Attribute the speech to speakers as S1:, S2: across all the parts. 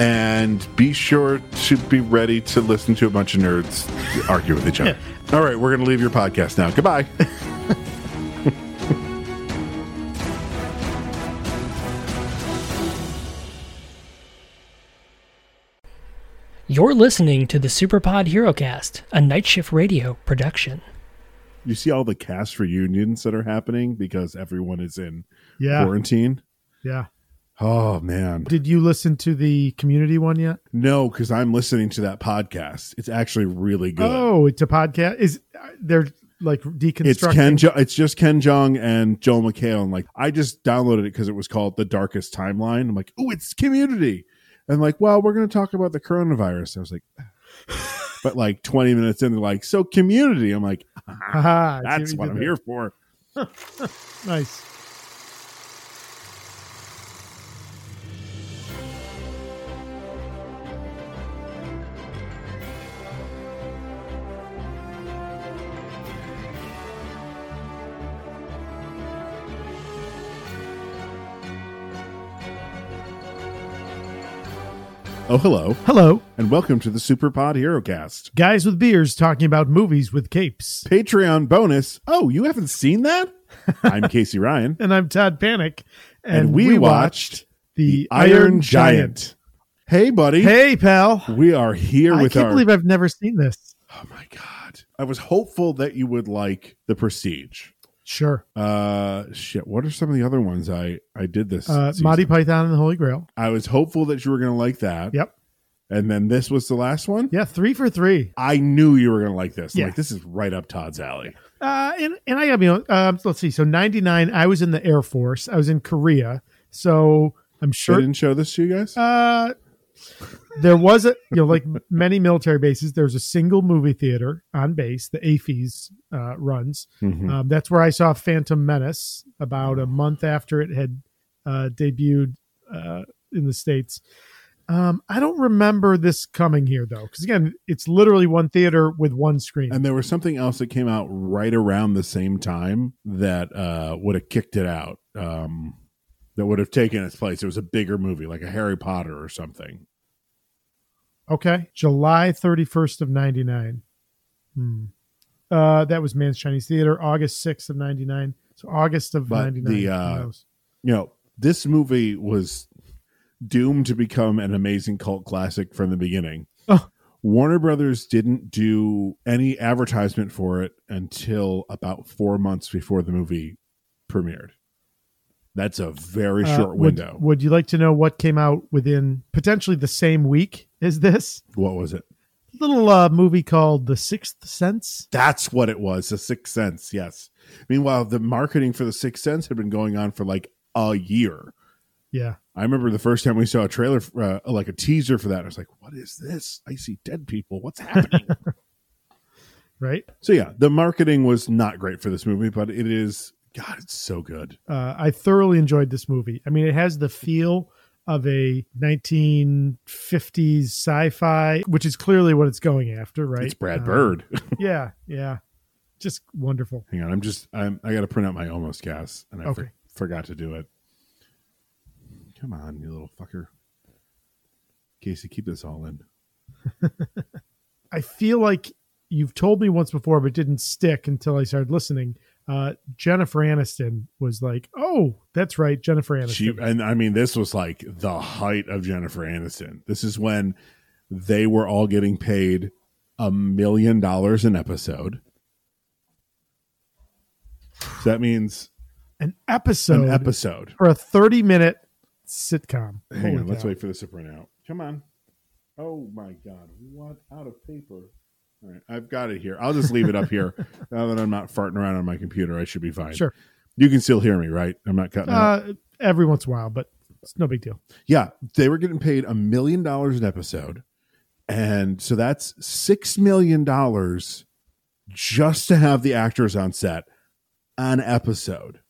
S1: and be sure to be ready to listen to a bunch of nerds argue with each other. All right, we're going to leave your podcast now. Goodbye.
S2: You're listening to the Superpod HeroCast, a Night Shift Radio production.
S1: You see all the cast reunions that are happening because everyone is in
S3: Yeah.
S1: quarantine.
S3: Yeah.
S1: Oh man.
S3: Did you listen to the community one yet?
S1: No, cuz I'm listening to that podcast. It's actually really good.
S3: Oh, it's a podcast. Is they're like deconstructing?
S1: It's Ken. Jo- it's just Ken Jong and Joel McHale. And like, I just downloaded it because it was called the Darkest Timeline. I'm like, oh, it's Community. And like, well, we're going to talk about the coronavirus. I was like, "Ah." but like 20 minutes in, they're like, so Community. I'm like,
S3: Haha, I see
S1: that's
S3: you
S1: what
S3: did
S1: I'm
S3: there.
S1: here for.
S3: Nice.
S1: Oh, hello,
S3: Hello,
S1: and welcome to the Super Pod Hero Cast
S3: guys with beers talking about movies with capes.
S1: Patreon bonus. Oh, you haven't seen that? I'm Casey Ryan,
S3: And I'm Todd Panic,
S1: and, we, watched
S3: the
S1: Iron Giant. Hey, buddy.
S3: Hey, pal!
S1: We are here
S3: I
S1: with
S3: can't
S1: our
S3: believe I've never seen this.
S1: Oh my god. I was hopeful that you would like The Prestige.
S3: Sure,
S1: Uh shit, what are some of the other ones I I did this
S3: uh,
S1: season?
S3: Monty Python and the Holy Grail.
S1: I was hopeful that you were going to like that.
S3: Yep.
S1: And then this was the last one.
S3: Yeah, three for three.
S1: I knew you were going to like this. I'm
S3: Yeah.
S1: Like this is right up Todd's alley.
S3: Uh, and and I gotta be honest, um, let's see. So ninety nine, I was in the Air Force. I was in Korea. So I'm
S1: They
S3: sure
S1: didn't show this to you guys?
S3: Uh, there was a you know like many military bases there's a single movie theater on base the AFES uh, runs
S1: Mhm.
S3: um, that's where i saw phantom menace about a
S1: Oh.
S3: month after it had uh, debuted uh, in the states um, i don't remember this coming here though because again it's literally one theater with one screen
S1: And there was something else that came out right around the same time that uh would have kicked it out. Um that would have taken its place. It was a bigger movie, like a Harry Potter or something.
S3: okay july 31st of 99 hmm. uh, that was man's chinese theater august 6th of 99 so august of
S1: But
S3: 99
S1: the,
S3: who
S1: uh,
S3: knows?
S1: you know, this movie was doomed to become an amazing cult classic from the beginning.
S3: Oh.
S1: Warner Brothers didn't do any advertisement for it until about four months before the movie premiered. That's a very
S3: Uh,
S1: short
S3: would-
S1: window.
S3: Would, you like to know what came out within potentially the same week as this?
S1: what was it?
S3: Little uh, movie called The Sixth Sense.
S1: That's what it was. The Sixth Sense. Yes. Meanwhile, the marketing for The Sixth Sense had been going on for like a year.
S3: Yeah.
S1: I remember the first time we saw a trailer, uh, like a teaser for that. I was like, what is this? I see dead people. What's happening?
S3: Right.
S1: So yeah, the marketing was not great for this movie, but it is God, it's so good.
S3: Uh, I thoroughly enjoyed this movie. I mean, it has the feel of a 1950s sci-fi, which is clearly what it's going after, right?
S1: It's Brad
S3: Um,
S1: Bird.
S3: yeah. Yeah. Just wonderful.
S1: Hang on, I'm just I'm, I got to print out my almost gas, and I for-
S3: Okay.
S1: forgot to do it. Come on, you little fucker, Casey, keep this all in.
S3: I feel like you've told me once before, but it didn't stick until I started listening. Uh, Jennifer Aniston was like, "Oh, that's right, Jennifer Aniston."
S1: She and I mean, this was like the height of Jennifer Aniston. This is when they were all getting paid a million dollars an episode. That means
S3: An episode,
S1: an episode.
S3: for a 30 minute sitcom.
S1: Hang
S3: Holy
S1: on, let's
S3: cow.
S1: wait for this to print out. Come on. Oh my God, what out of paper? All right, I've got it here. I'll just leave it up here. Now that I'm not farting around on my computer, I should be fine.
S3: Sure.
S1: You can still hear me, right? I'm not cutting out.
S3: Uh, every once in a while, but it's no big deal.
S1: Yeah, they were getting paid a million dollars an episode. And so that's six million dollars just to have the actors on set an episode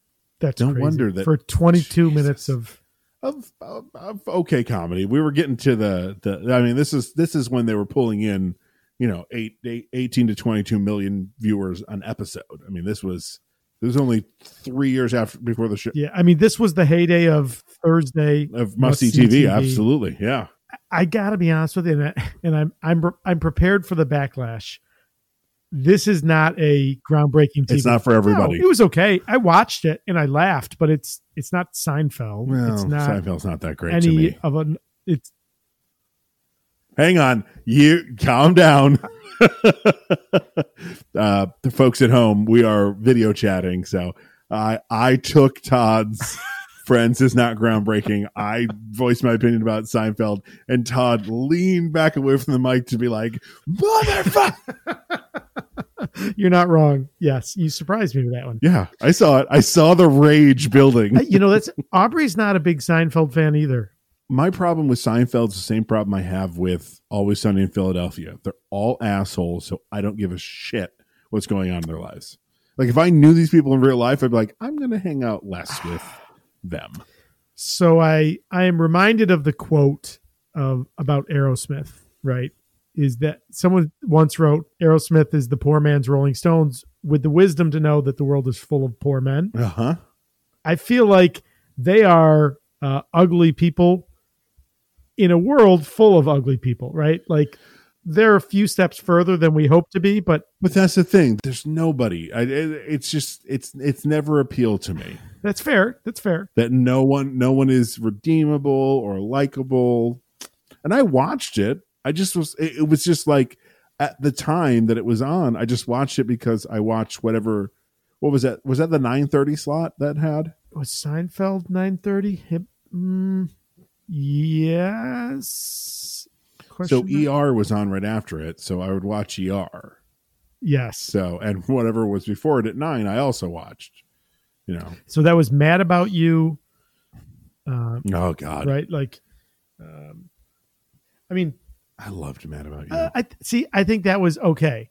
S3: That's
S1: No
S3: crazy.
S1: wonder that-
S3: for 22 minutes
S1: Jesus.
S3: of
S1: of, of, of okay comedy. We were getting to the the I mean this is this is when they were pulling in, you know, eight, eight 18 to 22 million viewers an episode. I mean this was it was only 3 years after before the show
S3: yeah. I mean, this was the heyday of Thursday.
S1: of must
S3: Must
S1: see
S3: see
S1: TV,
S3: TV.
S1: absolutely. Yeah.
S3: I gotta be honest with you, and, I, and I'm I'm I'm prepared for the backlash. This is not a groundbreaking. TV.
S1: It's not for everybody.
S3: No, it was okay. I watched it and I laughed, but it's it's not Seinfeld.
S1: well,
S3: it's not
S1: Seinfeld's not that great to me.
S3: any of an. It's
S1: Hang on, you calm down. uh, the folks at home, we are video chatting, so I I took Todd's friends is not groundbreaking. I voiced my opinion about Seinfeld, and Todd leaned back away from the mic to be like, "Motherfucker!"
S3: you're not wrong. Yes, you surprised me with that one.
S1: yeah, I saw it. I saw the rage building.
S3: I- you know, that's Aubrey's not a big Seinfeld fan either.
S1: my problem with Seinfeld's the same problem I have with Always Sunny in Philadelphia. They're all assholes, so I don't give a shit what's going on in their lives. Like if I knew these people in real life, I'd be like, I'm gonna hang out less with them.
S3: So I I am reminded of the quote of about Aerosmith, right? Is that someone once wrote Aerosmith is the poor man's Rolling Stones with the wisdom to know that the world is full of poor men.
S1: Uh huh.
S3: I feel like they are uh, ugly people in a world full of ugly people, right? Like they're a few steps further than we hope to be, but
S1: But that's the thing. There's nobody. I, it, it's just it's it's never appealed to me
S3: that's fair. That's fair.
S1: that no one no one is redeemable or likable. And I watched it. I just was. It, it was just like at the time that it was on. I just watched it because I watched whatever. What was that? Was that the nine thirty slot that had?
S3: Was Seinfeld nine thirty? Hip. Mm, yes.
S1: so
S3: mark?
S1: ER was on right after it. So I would watch ER.
S3: Yes.
S1: So and whatever was before it at nine, I also watched. You know.
S3: So that was mad about you. Um,
S1: Oh God,
S3: right. Like, um, I mean,
S1: I loved Mad About You.
S3: uh, I th- see. I think that was okay.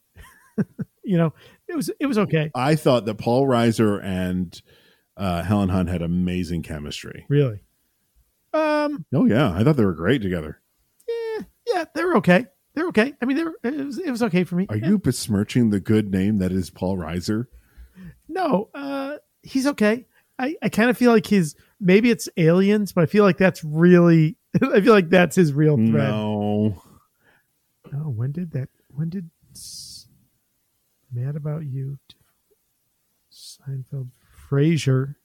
S3: you know, it was it was okay.
S1: I thought that Paul Reiser and uh, Helen Hunt had amazing chemistry.
S3: Really. Um.
S1: Oh yeah, I thought they were great together.
S3: Yeah. Yeah. They're okay. They're okay. I mean, they're it was it was okay for me.
S1: Are
S3: Yeah.
S1: you besmirching the good name that is Paul Reiser?
S3: No, uh, he's okay. I, I kind of feel like his maybe it's aliens, but I feel like that's really I feel like that's his real threat.
S1: No,
S3: Oh, when did that? When did S- Mad About You, Seinfeld, Frasier,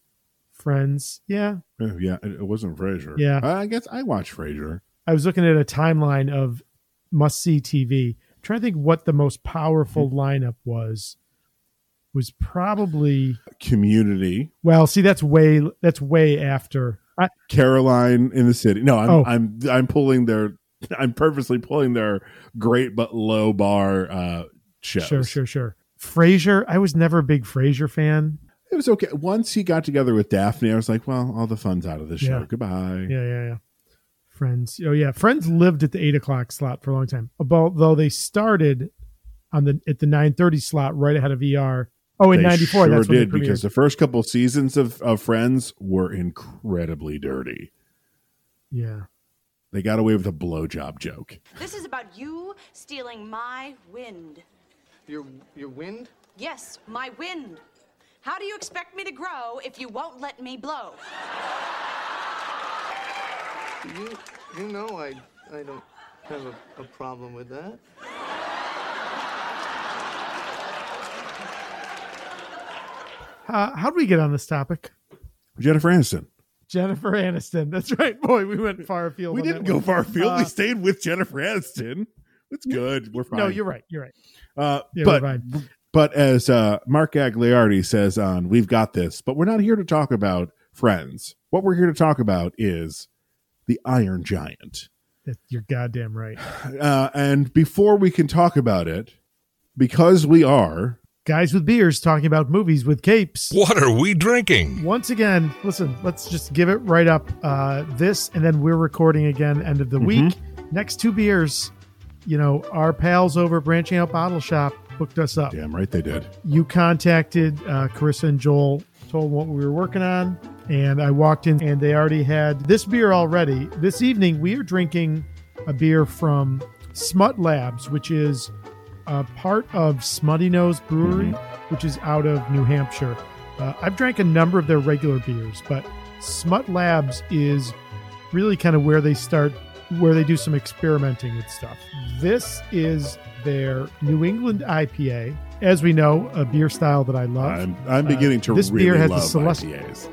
S3: Friends? Yeah,
S1: Oh, yeah, it, it wasn't Frasier.
S3: Yeah.
S1: I guess I watched Frasier.
S3: I was looking at a timeline of must see TV. I'm trying to think what the most powerful lineup was. Was probably
S1: Community,
S3: well. See, that's way that's way after. I,
S1: Caroline in the City. No, I'm
S3: Oh.
S1: I'm I'm pulling their, I'm purposely pulling their great but low bar uh, shows.
S3: Sure, sure, sure. Frasier, I was never a big Frasier fan.
S1: It was okay. Once he got together with Daphne, I was like, well, all the fun's out of the show.
S3: Yeah.
S1: Goodbye.
S3: Yeah, yeah, yeah. Friends. Oh yeah. Friends lived at the eight o'clock slot for a long time. About though they started on the at the nine thirty slot right ahead of ER. Oh, in
S1: They
S3: ninety four,
S1: sure
S3: that's when
S1: did
S3: did, premiered.
S1: because the first couple seasons of, of Friends were incredibly dirty.
S3: yeah.
S1: They got away with a blowjob joke.
S4: This is about you stealing my wind.
S5: Your your wind?
S4: Yes, my wind. How do you expect me to grow if you won't let me blow?
S5: You you know I I don't have a, a problem with that.
S3: Uh, how did we get on this topic?
S1: Jennifer Aniston.
S3: Jennifer Aniston. That's right. Boy, we went far afield.
S1: We
S3: on
S1: didn't
S3: that
S1: go
S3: one.
S1: far afield. we
S3: Uh,
S1: stayed with Jennifer Aniston. It's good. We're fine.
S3: No, you're right. You're right.
S1: Uh,
S3: Yeah,
S1: but
S3: we're fine.
S1: But as uh, Mark Agliardi says on We've Got This, but we're not here to talk about friends. What we're here to talk about is the Iron Giant.
S3: That- You're goddamn right.
S1: Uh, and before we can talk about it, because we are,
S3: Guys with beers talking about movies with capes.
S6: What are we drinking?
S3: Once again, listen, let's just give it right up uh, this, and then we're recording again end of the week. Next two beers, you know, our pals over at Branching Out Bottle Shop booked us up.
S1: damn right they did.
S3: you contacted uh, Carissa and Joel, told them what we were working on, and I walked in and they already had this beer already. This evening, we are drinking a beer from Smut Labs, which is a part of Smutty Nose Brewery, which is out of New Hampshire. Uh, I've drank a number of their regular beers, but Smut Labs is really kind of where they start, where they do some experimenting with stuff. This is their New England IPA. As we know, a beer style that I love.
S1: I'm, I'm beginning to
S3: Uh, this
S1: really
S3: beer has the
S1: love
S3: Celestial-
S1: IPAs.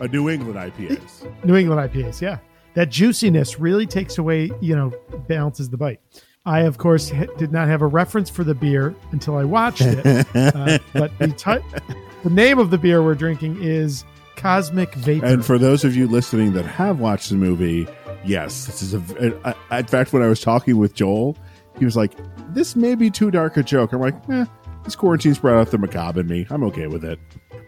S1: A New England IPAs.
S3: New England IPAs, yeah. That juiciness really takes away, you know, balances the bite. I, of course, ha- did not have a reference for the beer until I watched it. uh, but the, ti- the name of the beer we're drinking is Cosmic Vapor.
S1: And for those of you listening that have watched the movie, yes, this is a. I- I- In fact, when I was talking with Joel, he was like, "This may be too dark a joke." I'm like, "Eh, this quarantine's brought out the macabre in me. I'm okay with it."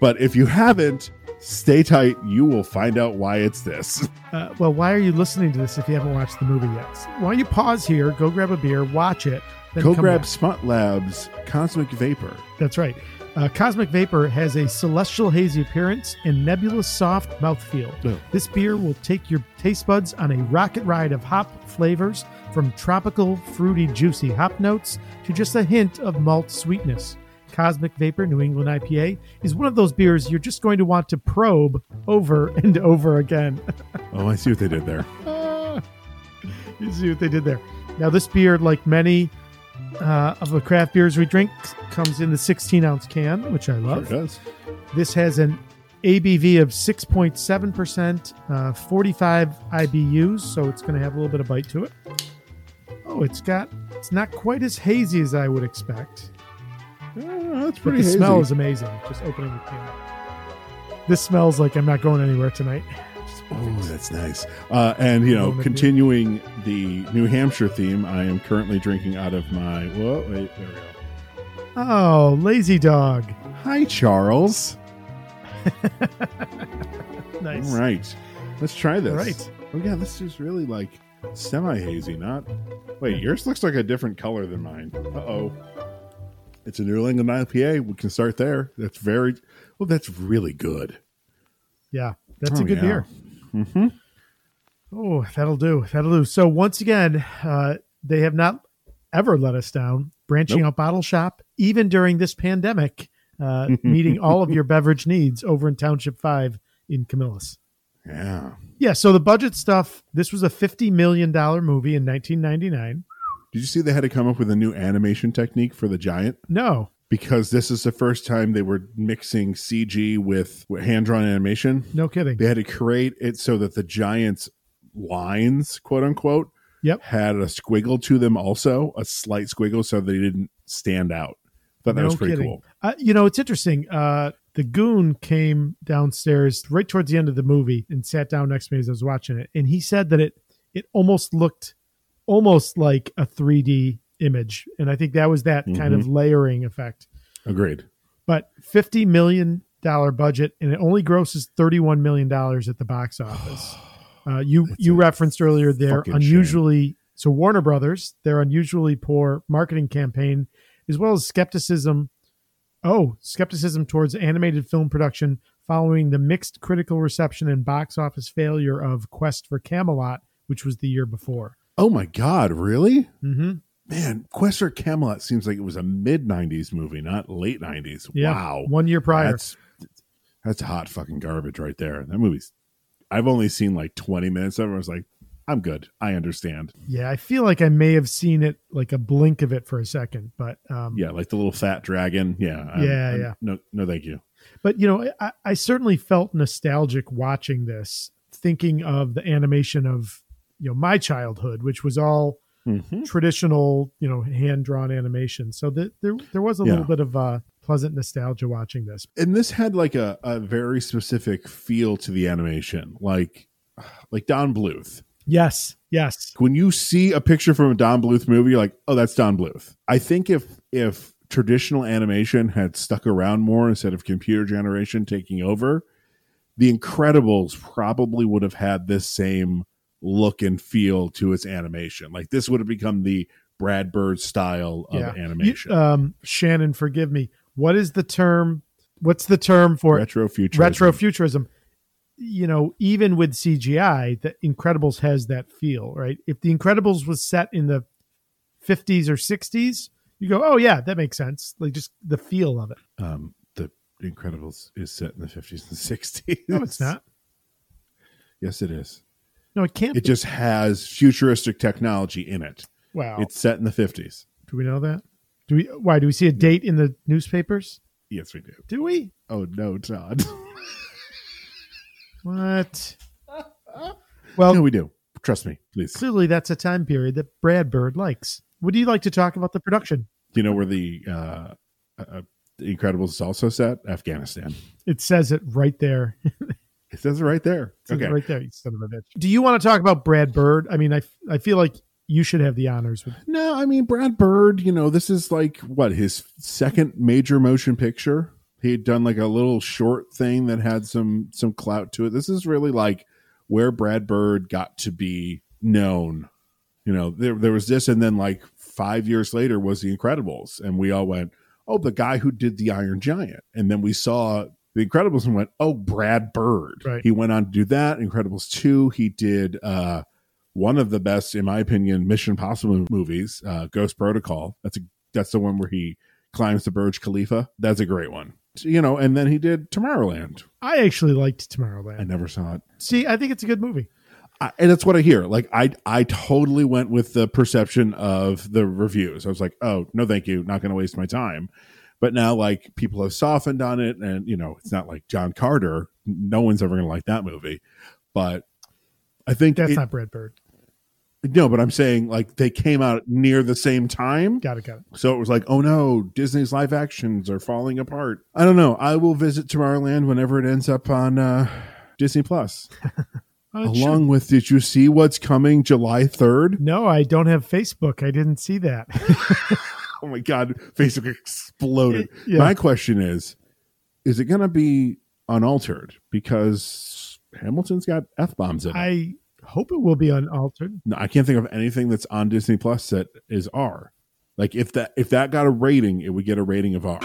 S1: But if you haven't, stay tight. You will find out why it's this.
S3: Uh, well, why are you listening to this if you haven't watched the movie yet? Why don't you pause here, go grab a beer, watch it, then
S1: Go
S3: come
S1: grab
S3: back.
S1: Smut Labs Cosmic Vapor.
S3: That's right. Uh, Cosmic Vapor has a celestial hazy appearance and nebulous soft mouthfeel.
S1: Oh.
S3: This beer will take your taste buds on a rocket ride of hop flavors from tropical, fruity, juicy hop notes to just a hint of malt sweetness. Cosmic Vapor New England IPA is one of those beers you're just going to want to probe over and over again.
S1: Oh, I see what they did there.
S3: You see what they did there. Now, this beer, like many uh, of the craft beers we drink, comes in the 16 ounce can, which I
S1: Sure
S3: love.
S1: does.
S3: This has an ABV of 6.7%, uh, 45 IBUs, so it's going to have a little bit of bite to it. Oh, it's got, it's not quite as hazy as I would expect.
S1: Yeah, that's
S3: But
S1: pretty.
S3: the
S1: hazy.
S3: smell is amazing. Just opening the can. This smells like I'm not going anywhere tonight.
S1: Oh, that's nice. Uh, and you know,
S3: Moment.
S1: continuing the New Hampshire theme, I am currently drinking out of my. Whoa, wait, there we go.
S3: Oh, lazy dog.
S1: Hi, Charles.
S3: Nice.
S1: All right, let's try this.
S3: Right.
S1: Oh yeah, this is really like semi hazy. Not. Wait, yours looks like a different color than mine. Uh oh. It's a New England IPA. We can start there. That's very. Well, that's really good.
S3: Yeah, that's
S1: Oh,
S3: a good
S1: yeah. Mm-hmm.
S3: beer. Oh, that'll do. That'll do. So once again, uh, they have not ever let us down. Branching out bottle shop, even during this pandemic, uh, meeting all of your beverage needs over in Township Five in Camillus.
S1: Yeah.
S3: Yeah. So the budget stuff. This was a fifty million dollar movie in nineteen ninety nine.
S1: Did you see they had to come up with a new animation technique for the giant?
S3: No,
S1: because this is the first time they were mixing CG with, with hand drawn animation.
S3: no kidding.
S1: They had to create it so that the giant's lines, quote unquote,
S3: Yep.
S1: had a squiggle to them also, a slight squiggle so they didn't stand out. Thought that
S3: no
S1: was pretty
S3: kidding.
S1: cool.
S3: Uh, you know, it's interesting. Uh, the goon came downstairs right towards the end of the movie and sat down next to me as I was watching it, and he said that it it almost looked almost like a 3D image, and I think that was that kind
S1: Mm-hmm.
S3: of layering effect.
S1: Agreed.
S3: But 50 million dollar budget, and it only grosses 31 million dollars at the box office. Uh, you you referenced earlier their
S1: fucking shame.
S3: unusually so Warner Brothers their unusually poor marketing campaign, as well as skepticism. Oh, skepticism towards animated film production following the mixed critical reception and box office failure of Quest for Camelot, which was the year before.
S1: Oh my God, really?
S3: Mm-hmm.
S1: Man, Quest for Camelot seems like it was a mid 90s movie, not late 90s.
S3: Yeah,
S1: Wow.
S3: one year prior.
S1: That's, that's hot fucking garbage right there. That movie's, I've only seen like 20 minutes of it. I was like, I'm good. I understand.
S3: yeah, I feel like I may have seen it like a blink of it for a second, but um,
S1: Yeah, like the little fat dragon. Yeah.
S3: Yeah, yeah.
S1: No, no, thank you.
S3: but you know I, I certainly felt nostalgic watching this thinking of the animation of you know my childhood which was all
S1: Hmm.
S3: traditional, you know, hand drawn animation. So that there there was a
S1: Yeah.
S3: little bit of uh, pleasant nostalgia watching this.
S1: and this had like a, a very specific feel to the animation like like don bluth
S3: Yes, yes,
S1: when you see a picture from a don bluth movie you're like oh that's don bluth i think if if traditional animation had stuck around more instead of computer generation taking over the incredibles probably would have had this same look and feel to its animation like this would have become the brad bird style of
S3: yeah.
S1: animation
S3: You- um, Shannon, forgive me. What is the term? What's the term for it?
S1: retro future
S3: retrofuturism. You know, even with CGI, the Incredibles has that feel, right? If the Incredibles was set in the 50s or 60s, you go, oh yeah, that makes sense. Like just the feel of it.
S1: um, the Incredibles is set in the 50s and 60s.
S3: No, it's not.
S1: Yes, it is.
S3: No, it can't.
S1: It
S3: be.
S1: just has futuristic technology in it.
S3: wow.
S1: It's set in the 50s.
S3: do we know that? Do we? Why do we see a date in the newspapers?
S1: Yes, we do.
S3: Do we?
S1: Oh, no, Todd.
S3: What? Well,
S1: no, we do. Trust me, please. Do
S3: clearly that's a time period that Brad Bird likes. Would you like to talk about the production?
S1: you know where the uh, uh, uh, the Incredibles is also set? Afghanistan.
S3: It says it right there.
S1: It says it right there.
S3: It's
S1: Okay.
S3: right there, you son of a bitch. Do you want to talk about Brad Bird? I mean, I, I feel like you should have the honors. With,
S1: No, I mean, Brad Bird, you know, this is like what his second major motion picture. He had done like a little short thing that had some some clout to it. This is really like where Brad Bird got to be known. You know, there there was this and then like 5 years later was The Incredibles and we all went, "Oh, the guy who did The Iron Giant." And then we saw The Incredibles and went, "Oh, Brad Bird."
S3: Right.
S1: He went on to do that. Incredibles 2, he did uh one of the best, in my opinion, Mission Possible movies, uh, Ghost Protocol. That's a that's the one where he climbs the Burj Khalifa. That's a great one, you know. And then he did Tomorrowland.
S3: I actually liked
S1: I
S3: Tomorrowland.
S1: never saw it,
S3: See, I think it's a good movie.
S1: I, and that's what I hear. Like I I totally went with the perception of the reviews. I was like, oh no, thank you, not going to waste my time. But now, like people have softened on it, and you know, it's not like John Carter. No one's ever going to like that movie, but. I think
S3: That's
S1: it-
S3: not Brad Bird.
S1: no, but I'm saying like they came out near the same time.
S3: Got it. Got it.
S1: So it was like, oh no, Disney's live actions are falling apart. I don't know. I will visit Tomorrowland whenever it ends up on uh, Disney Plus.
S3: Uh, sure.
S1: Along with, did you see what's coming July 3rd?
S3: No, I don't have Facebook. I didn't see that.
S1: Oh my God, Facebook exploded.
S3: Yeah.
S1: My question is, is it going to be unaltered? Because Hamilton's got F bombs in it. I,
S3: I hope it will be unaltered.
S1: I can't think of anything that's on Disney Plus that is R. Like if that if that got a rating, it would get a rating of R.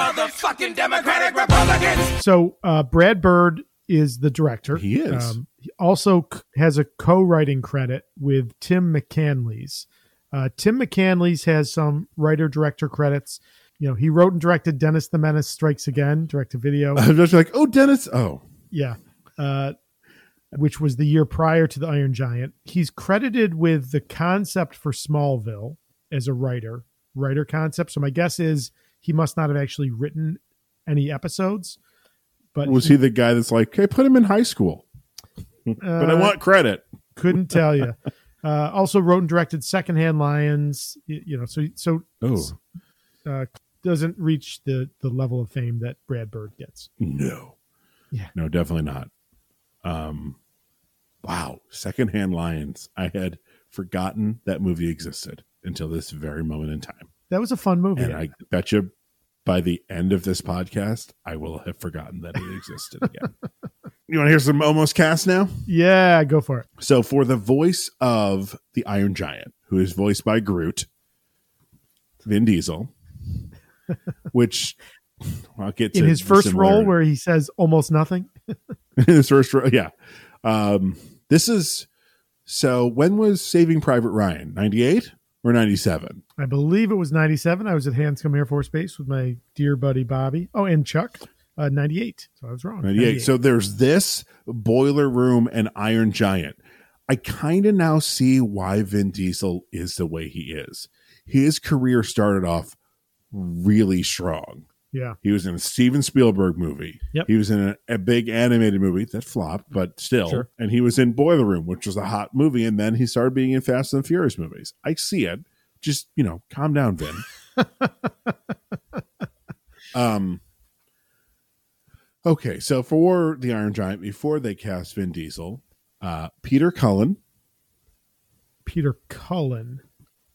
S3: So, uh, Brad Bird is the director. Um,
S1: He is.
S3: he also c- has a co-writing credit with Tim McCanley's. Uh, Tim McCanley's has some writer-director credits. You know, he wrote and directed Dennis the Menace Strikes Again, direct to video.
S1: I'm just like, oh, Dennis. Oh,
S3: Yeah. Uh, which was the year prior to the Iron Giant. He's credited with the concept for Smallville as a writer, writer concept. So my guess is he must not have actually written any episodes. But
S1: was he the guy that's like, hey, put him in high school? but I
S3: uh,
S1: want credit.
S3: couldn't tell you. Uh, also wrote and directed Secondhand Lions. y- You know, so so
S1: Oh
S3: uh, doesn't reach the the level of fame that Brad Bird gets.
S1: no,
S3: Yeah.
S1: no, definitely not. Um, wow, secondhand lions. I had forgotten that movie existed until this very moment in time,
S3: That was a fun movie.
S1: and I bet you by the end of this podcast, I will have forgotten that it existed again. you want to hear some almost cast now?
S3: yeah, go for it.
S1: So for the voice of the Iron Giant, who is voiced by Groot, Vin Diesel, which I'll get to
S3: In his
S1: the
S3: first role,
S1: similarity.
S3: where he says almost nothing.
S1: in his first role, yeah. Um, this is so. When was Saving Private Ryan? Ninety eight or ninety seven?
S3: I believe it was 97. I was at Hanscom Air Force Base with my dear buddy Bobby. Oh, and Chuck, uh, 98. So I was wrong.
S1: Ninety eight. So there's this Boiler Room and Iron Giant. I kind of now see why Vin Diesel is the way he is. His career started off really strong.
S3: yeah.
S1: He was in a Steven Spielberg movie.
S3: Yep.
S1: He was in a, a big animated movie that flopped, but still.
S3: Sure.
S1: And he was in Boiler Room, which was a hot movie. And then he started being in Fast and Furious movies. I see it. just you know, calm down, Vin. um. Okay, so for the Iron Giant, before they cast Vin Diesel, uh, Peter Cullen,
S3: Peter Cullen.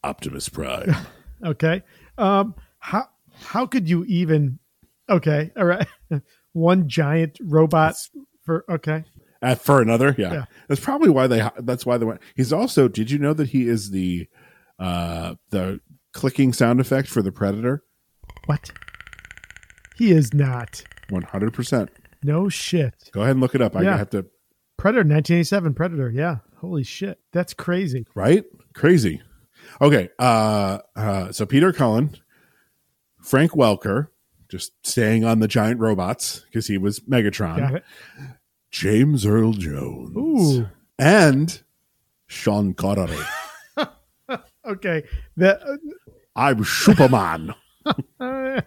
S1: Optimus Prime.
S3: Okay. Um, how how could you even? Okay, all right. One giant robot for okay.
S1: Uh, for another, yeah.
S3: Yeah.
S1: that's probably why they. That's why they went. He's also. Did you know that he is the, uh, the clicking sound effect for the Predator?
S3: What? He is not.
S1: One hundred percent.
S3: No shit.
S1: Go ahead and look it up. I
S3: Yeah.
S1: have to.
S3: Predator 1987 Predator. Yeah. Holy shit. That's crazy.
S1: Right? Crazy. Okay. Uh, uh, so Peter Cullen, Frank Welker, just staying on the giant robots because he was Megatron.
S3: Got it.
S1: James Earl Jones.
S3: Ooh.
S1: And Sean Connery.
S3: Okay. That
S1: I'm Superman.
S3: uh,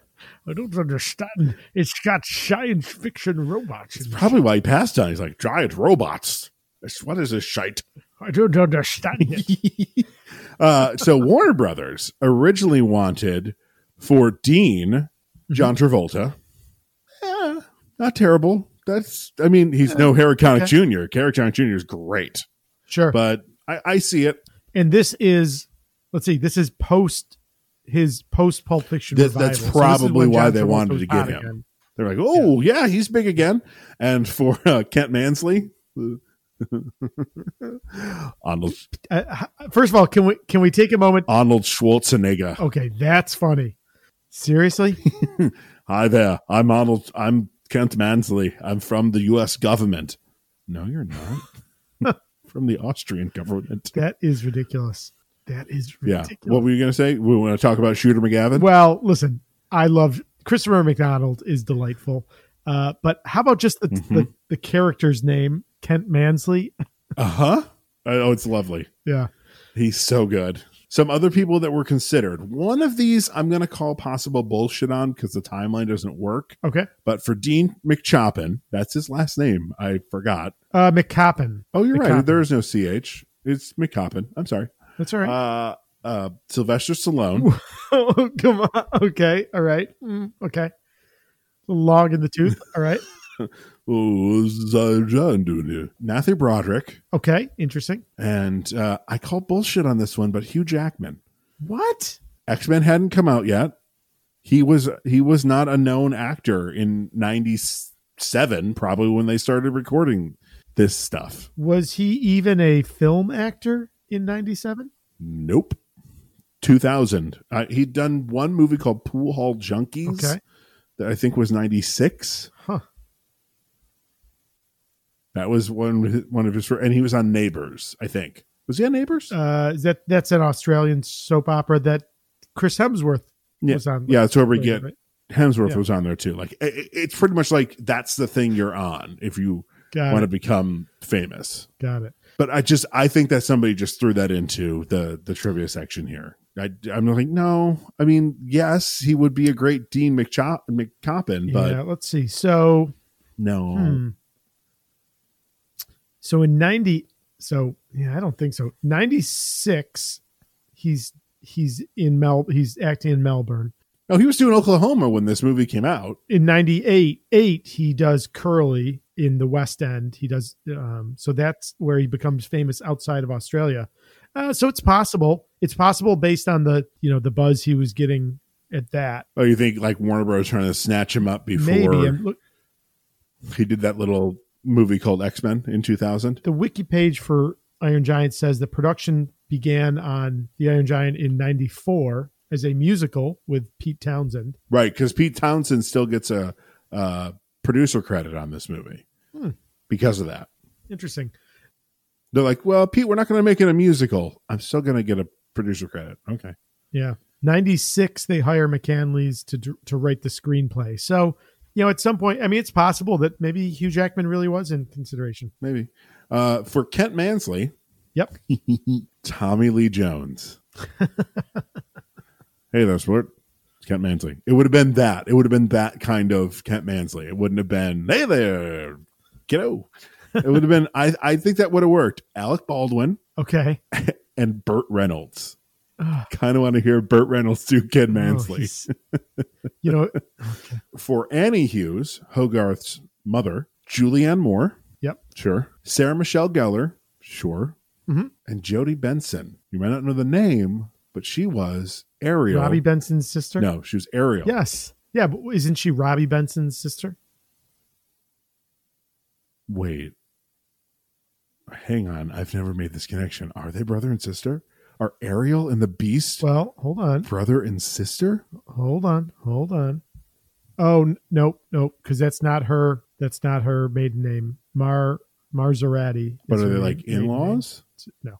S3: I don't understand. It's got science fiction robots. in it.
S1: Probably why he passed on. He's like giant robots. This- What is this shite?
S3: I don't understand it.
S1: Uh, so Warner Brothers originally wanted for Dean John Travolta. Eh, not terrible. That's I mean he's no Harry Connick Jr. Harry Connick Jr. is great,
S3: Sure.
S1: but I, I see it.
S3: and this is let's see this is post his post pulp fiction
S1: That- that's
S3: revival. So this is
S1: probably
S3: when
S1: why
S3: John
S1: they
S3: Travolta
S1: wanted
S3: was
S1: to get
S3: hot
S1: him.
S3: again.
S1: They're like, oh yeah, he's big again. And for uh, Kent Mansley, Arnold
S3: Uh, h- first of all can we can we take a moment
S1: Arnold Schwarzenegger.
S3: okay that's funny seriously
S1: Hi there. I'm Arnold. I'm Kent Mansley. I'm from the U.S. government. No, you're not. from the Austrian government.
S3: that is ridiculous that is
S1: Yeah.
S3: ridiculous
S1: What were you going to say? We want to talk about Shooter McGavin?
S3: well listen i love christopher mcdonald is delightful uh, but how about just the, the the character's name kent mansley
S1: Uh huh. Oh, it's lovely.
S3: yeah
S1: He's so good. Some other people that were considered. One of these I'm going to call possible bullshit on because the timeline doesn't work.
S3: okay
S1: But for Dean McChoppin, that's his last name. I forgot.
S3: uh mccoppin
S1: Oh, you're
S3: McCoppin.
S1: right. There is no CH. It's McCoppin. I'm sorry.
S3: that's all right
S1: Uh, uh, Sylvester Stallone.
S3: Oh, come on. Okay. All right. Mm, okay. Log in the tooth. All right.
S1: Oh, what's uh, John doing here? Matthew Broderick.
S3: Okay. Interesting.
S1: And uh, I call bullshit on this one, but Hugh Jackman.
S3: What?
S1: X Men hadn't come out yet. He was he was not a known actor in '97, probably when they started recording this stuff.
S3: Was he even a film actor in 97?
S1: Nope. 2000. Uh, he'd done one movie called Pool Hall Junkies
S3: Okay.
S1: that I think was 96.
S3: Huh.
S1: That was one one of his and he was on Neighbors, I think. Was he on Neighbors?
S3: Uh, is that that's an Australian soap opera that Chris Hemsworth
S1: yeah.
S3: was on.
S1: yeah, that's where we
S3: Wait,
S1: get
S3: wait.
S1: Hemsworth
S3: Yeah.
S1: was on there too. Like i i- it's pretty much like that's the thing you're on if you
S3: Got
S1: want to
S3: it.
S1: become famous.
S3: Got it.
S1: But I just I think that somebody just threw that into the the trivia section here. I, I'm like, no. I mean, yes, he would be a great Dean McChop, McCoppin, but
S3: yeah. Let's see. So
S1: no.
S3: Hmm. So in 90 so yeah, I don't think so. 96 he's he's in Mel he's acting in Melbourne.
S1: No, Oh, he was doing Oklahoma when this movie came out.
S3: In 98 8 he does Curly in the West End. He does um so that's where he becomes famous outside of Australia. Uh, so it's possible. It's possible based on the, you know, the buzz he was getting at that.
S1: Oh, you think like Warner Bros. trying to snatch him up before
S3: Maybe and look
S1: he did that little movie called X Men in 2000?
S3: the wiki page for Iron Giant says the production began on The Iron Giant in 94 as a musical with Pete Townsend.
S1: Right, because Pete Townsend still gets a, uh producer credit on this movie
S3: Hmm.
S1: because of that.
S3: Interesting.
S1: They're like, well, Pete, we're not going to make it a musical. I'm still going to get a producer credit. Okay.
S3: Yeah. 96 they hire McCanley's to dr- to write the screenplay. So, you know, at some point, I mean, it's possible that maybe Hugh Jackman really was in consideration.
S1: Maybe. Uh, for Kent Mansley,
S3: Yep.
S1: Tommy Lee Jones. hey, that's what it's Kent Mansley. It would have been that. It would have been that kind of Kent Mansley. It wouldn't have been, hey there, kiddo. It would have been, I, I think that would have worked. Alec Baldwin
S3: Okay.
S1: and Burt Reynolds. kind of want to hear Burt Reynolds do Kid
S3: Oh,
S1: Mansley.
S3: he's- you know,
S1: For Annie Hughes, Hogarth's mother, Julianne Moore.
S3: Yep.
S1: Sure. Sarah Michelle Gellar. Sure.
S3: Mhm.
S1: And Jodie Benson. You might not know the name, but she was Ariel.
S3: Robbie Benson's sister.
S1: No, she was Ariel.
S3: Yes. Yeah, but isn't she Robbie Benson's sister?
S1: Wait. Hang on. I've never made this connection. Are they brother and sister? Are Ariel and the Beast
S3: Well, hold on,
S1: brother and sister?
S3: hold on, hold on. Oh n- nope, nope, because that's not her. That's not her maiden name. Mar Marzorati. is
S1: But are
S3: her
S1: they
S3: ma-
S1: like
S3: maiden
S1: in laws?
S3: name.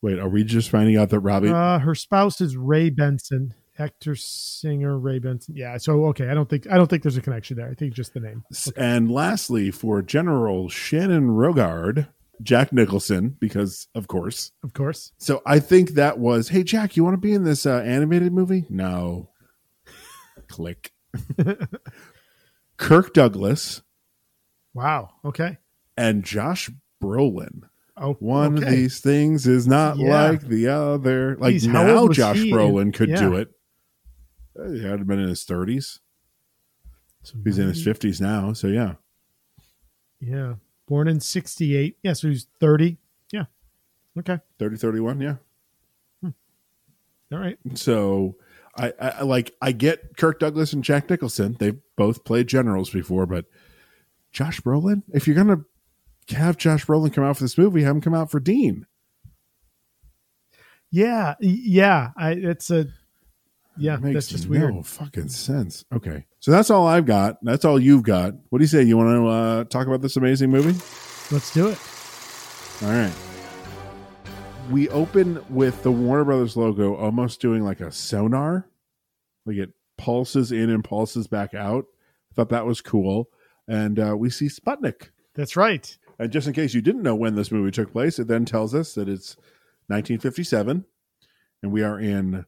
S1: Wait, are we just finding out that Robbie?
S3: No, uh, her spouse is Ray Benson, actor, singer Ray Benson. Yeah. So okay, I don't think I don't think there's a connection there. I think just the name.
S1: And lastly, for General Shannon Rogard, Jack Nicholson, because of course.
S3: Of course.
S1: So I think that was, hey, Jack, you want to be in this uh, animated movie? No. Click. Kirk Douglas
S3: Wow. Okay.
S1: and Josh Brolin.
S3: Oh,
S1: One of
S3: okay.
S1: these things is not
S3: Yeah.
S1: like the other. Like
S3: Geez, how
S1: now,
S3: old was
S1: Josh
S3: he in-
S1: Brolin could do
S3: Yeah.
S1: it. Uh, He had to been in his 30s.
S3: So
S1: He's in his 50s now. So yeah.
S3: Yeah. Born in 68. Yeah. So he's 30. Yeah. Okay.
S1: 30, 31. Yeah.
S3: All right.
S1: So I, I I like I get Kirk Douglas and Jack Nicholson. They both played generals before, but Josh Brolin. If you're gonna have Josh Brolin come out for this movie, have him come out for Dean.
S3: Yeah. y- Yeah. I, it's a, yeah,
S1: That makes
S3: that's just
S1: no
S3: weird.
S1: fucking sense. Okay, so that's all I've got. That's all you've got. What do you say? You want to uh, talk about this amazing movie?
S3: Let's do it.
S1: All right. We open with the Warner Brothers logo almost doing like a sonar. Like it pulses in and pulses back out. I thought that was cool. And uh, we see Sputnik.
S3: That's right.
S1: And just in case you didn't know when this movie took place, it then tells us that it's 1957 and we are in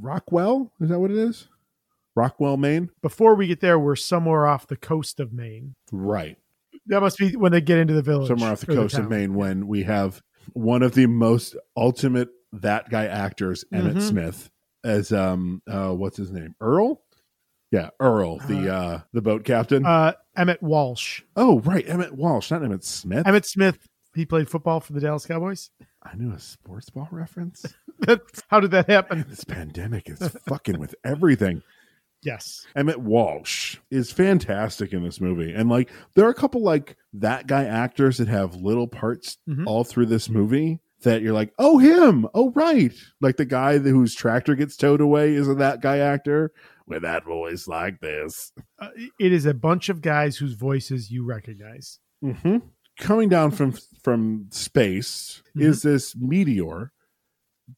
S1: Rockwell. Is that what it is? Rockwell, Maine?
S3: Before we get there, we're somewhere off the coast of Maine.
S1: Right.
S3: That must be when they get into the village.
S1: somewhere off the
S3: or
S1: coast of
S3: town.
S1: Maine when we have one of the most ultimate that guy actors, Emmett
S3: Mhm.
S1: Smith, as um uh what's his name? Earl? Yeah, Earl, the uh the boat captain.
S3: Uh, Emmett Walsh.
S1: oh, right, Emmett Walsh, not Emmett Smith.
S3: Emmett Smith, he played football for the Dallas Cowboys.
S1: I knew a sports ball reference.
S3: How did that happen?
S1: Man, this pandemic is fucking with everything.
S3: Yes.
S1: Emmett Walsh is fantastic in this movie. And like there are a couple like that guy actors that have little parts
S3: Mhm.
S1: all through this movie that you're like, "Oh him. Oh right." Like the guy that, whose tractor gets towed away is a that guy actor with that voice like this.
S3: Uh, it is a bunch of guys whose voices you recognize.
S1: Mhm. Coming down from from space is this meteor,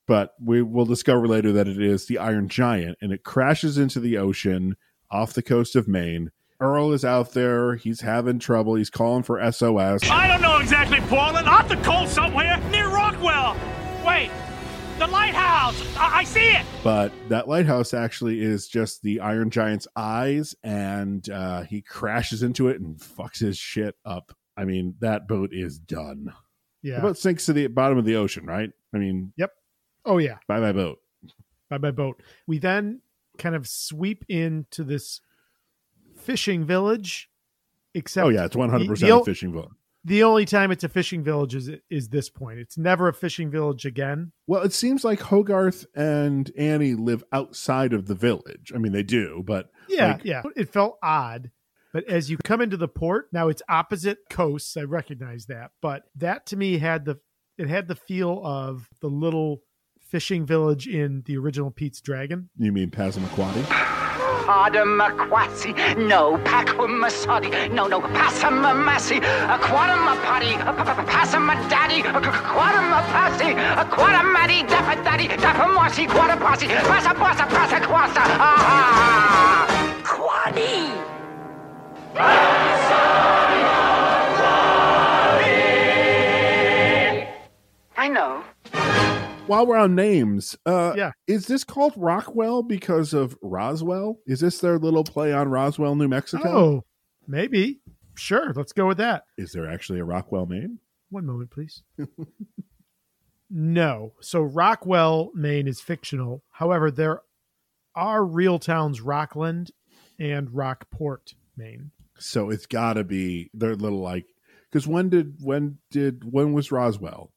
S1: but we will discover later that it is the Iron Giant, and it crashes into the ocean off the coast of Maine. Earl is out there. He's having trouble. He's calling for SOS.
S6: I don't know exactly, Portland. Off the coast somewhere near Rockwell. Wait, the lighthouse. I, I see it.
S1: but that lighthouse actually is just the iron giant's eyes and uh, he crashes into it and fucks his shit up i mean that boat is done
S3: Yeah.
S1: the boat sinks to the bottom of the ocean right i mean
S3: oh, yeah.
S1: bye bye boat
S3: by my boat. We then kind of sweep into this fishing village, except
S1: oh yeah it's 100%
S3: The- the-
S1: a fishing boat
S3: the only time it's a fishing village is is this point. It's never a fishing village again.
S1: well it seems like hogarth and annie live outside of the village i mean they do but
S3: Yeah,
S1: Like-
S3: yeah. It felt odd. But as you come into the port, now it's opposite coasts. I recognize that, but that to me had the it had the feel of the little fishing village in the original Pete's Dragon.
S1: you mean passamaquoddy
S7: Padamaquassi, no, Pacumasoddy, no, no, Passamamassi, Aquatamapotty, Passamadaddy, Quatamapassi, Aquatamaddy, Dapadaddy, Dapamassi, Quatapassi, Passapassa, Passaquassa, ah! Quaddy! I know.
S1: while we're on names uh
S3: Yeah.
S1: is this called rockwell because of roswell is this their little play on roswell new mexico
S3: Oh, maybe. Sure, let's go with that.
S1: is there actually a rockwell maine
S3: One moment, please. No. So Rockwell, Maine is fictional. However, there are real towns Rockland and Rockport, Maine.
S1: So it's got to be their little like because when did when did when was Roswell?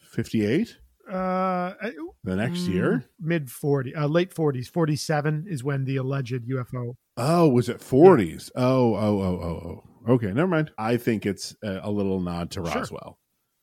S1: Fifty eight
S3: Uh, I-
S1: the next year.
S3: mid 40, uh, late 40s, 47 is when the alleged UFO.
S1: Oh, was it forties? Oh, oh, oh, oh, oh. Okay, never mind. I think it's a, a little nod to
S3: Sure.
S1: Roswell,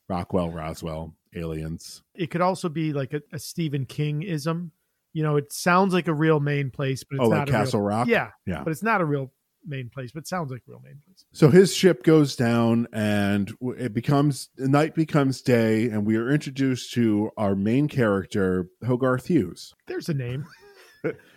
S1: Rockwell, Roswell, aliens.
S3: It could also be like a, a Stephen King ism. You know, it sounds like a real Maine place, but it's
S1: oh,
S3: not
S1: like
S3: a real-
S1: Castle Rock.
S3: Yeah,
S1: yeah.
S3: but it's not a real Maine place, but it sounds like real Maine place.
S1: So his ship goes down, and w- it becomes night becomes day, and we are introduced to our main character, Hogarth Hughes,
S3: There's a name.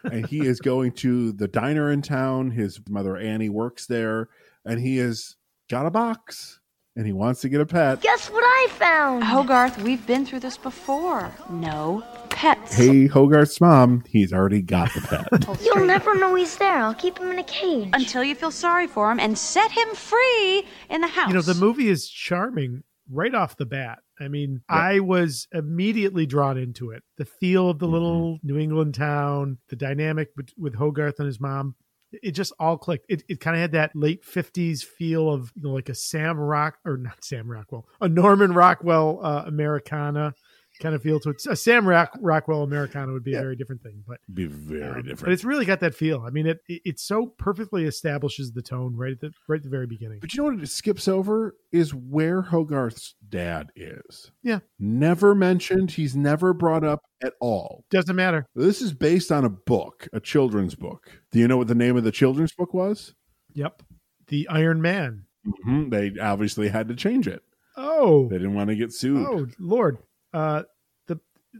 S1: and he is going to the diner in town. His mother Annie works there, and he has got a box, and he wants to get a pet.
S8: Guess what I found?
S4: Hogarth, we've been through this before.
S7: No pets.
S1: Hey, Hogarth's mom, he's already got the pet.
S8: You'll never know he's there. I'll keep him in a cage.
S4: Until you feel sorry for him and set him free in the house.
S3: You know, the movie is charming right off the bat. I mean, I was immediately drawn into it. The feel
S1: Mm-hmm.
S3: of the little New England town, the dynamic bet- with Hogarth and his mom. It just all clicked. It, it kind of had that late fifties feel of you know, like a Sam Rock or not Sam Rockwell, a Norman Rockwell uh, Americana kind of feel to it. A Sam Rock, Rockwell Americana would be
S1: Yeah.
S3: a very different thing, but
S1: Be very
S3: um,
S1: different.
S3: But it's really got that feel. I mean, it it, it so perfectly establishes the tone right at the right at the very beginning.
S1: But you know what it skips over is where Hogarth's dad is.
S3: Yeah.
S1: Never mentioned. He's never brought up at all.
S3: Doesn't matter.
S1: This is based on a book, a children's book. Do you know what the name of the children's book was?
S3: Yep. The Iron Man.
S1: hmm They obviously had to change it.
S3: Oh.
S1: They didn't want to get sued.
S3: Oh Lord. Uh the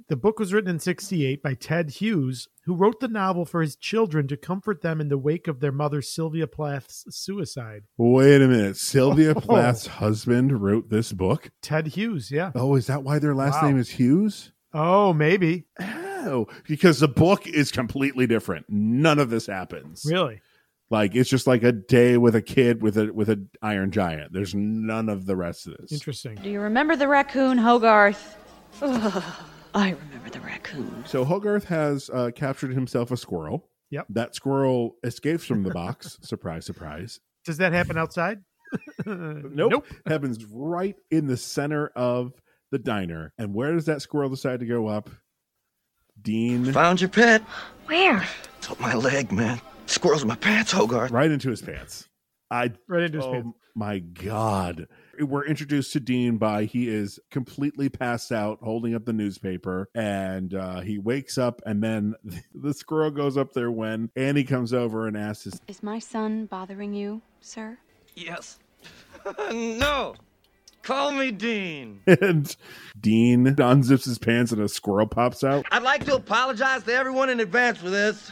S3: the book was written in 68 by Ted Hughes, who wrote the novel for his children to comfort them in the wake of their mother Sylvia Plath's suicide.
S1: Wait a minute. Sylvia
S3: Oh.
S1: Plath's husband wrote this book.
S3: Ted Hughes, yeah.
S1: Oh, is that why their last
S3: Wow.
S1: name is Hughes?
S3: Oh, maybe.
S1: Oh, because the book is completely different. None of this happens.
S3: Really?
S1: Like it's just like a day with a kid with a with an iron giant. There's none of the rest of this.
S3: Interesting.
S4: Do you remember the raccoon, Hogarth? Ugh, I remember the raccoon.
S1: So Hogarth has uh, captured himself a squirrel.
S3: Yep.
S1: That squirrel escapes from the box. surprise, surprise.
S3: Does that happen outside?
S1: Nope. Happens right in the center of the diner. And where does that squirrel decide to go up? Dean,
S5: Found your pet.
S8: Where?
S5: It's up my leg, man. Squirrel's in my pants, Hogarth.
S1: right into his pants. I
S3: Right into his pants.
S1: Oh my God. We're introduced to Dean by he is completely passed out, holding up the newspaper, and uh, he wakes up, and then the squirrel goes up there when Annie comes over and asks, his,
S7: Is my son bothering you, sir?
S5: Yes. no. Call me Dean.
S1: and Dean unzips his pants, and a squirrel pops out.
S5: I'd like to apologize to everyone in advance for this.